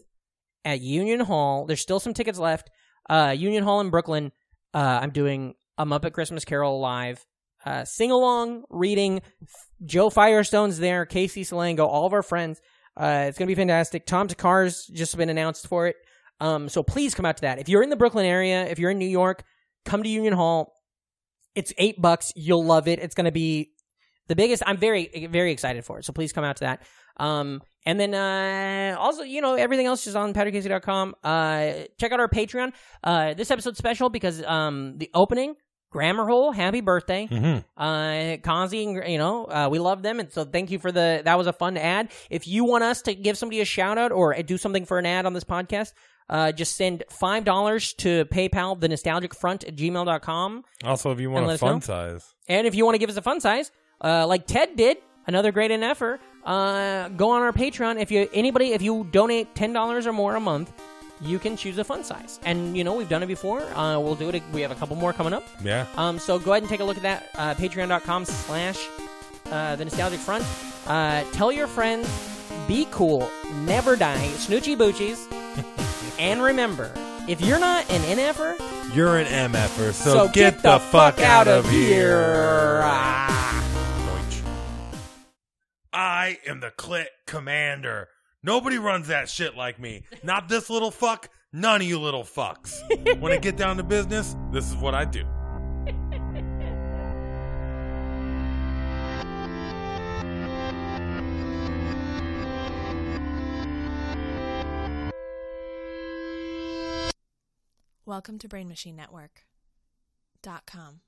G: at Union Hall. There's still some tickets left. Uh, Union Hall in Brooklyn. Uh, I'm doing a Muppet Christmas Carol live uh, sing along reading. Joe Firestone's there, Casey Salango, all of our friends. Uh, it's gonna be fantastic. Tom Takar's just been announced for it. Um, so please come out to that. If you're in the Brooklyn area, if you're in New York, come to Union Hall. It's eight bucks. You'll love it. It's gonna be the biggest. I'm very very excited for it. So please come out to that. Um, and then uh, also, you know, everything else is on patrickcasey.com. Uh, check out our Patreon. Uh, this episode's special because um, the opening, Grammar Hole, Happy Birthday
F: Mm-hmm.
G: uh Kazi and you know uh, we love them and so thank you for the that was a fun ad if you want us to give somebody a shout out or do something for an ad on this podcast Uh, just send $5 to PayPal, the nostalgic front at gmail.com.
F: Also, if you
G: And
F: want
G: let
F: a
G: us
F: fun
G: know.
F: size,
G: And if you want to give us a fun size, uh, like Ted did, another great NFer, uh, go on our Patreon. If you anybody, if you donate ten dollars or more a month, you can choose a fun size. And you know we've done it before. Uh, we'll do it. We have a couple more coming up.
F: yeah.
G: Um, so go ahead and take a look at that. Uh, Patreon.com slash uh, The Nostalgic Front. Uh, tell your friends, be cool, never die, snoochie boochies. and remember, if you're not an NFer,
F: You're an MFer, so,
G: so,
F: get, the, fuck, out of here.
G: Ah.
F: Deutsch. I am the clit commander. Nobody runs that shit like me. Not this little fuck, none of you little fucks. when I get down to business, this is what I do.
H: Welcome to BrainMachineNetwork.com.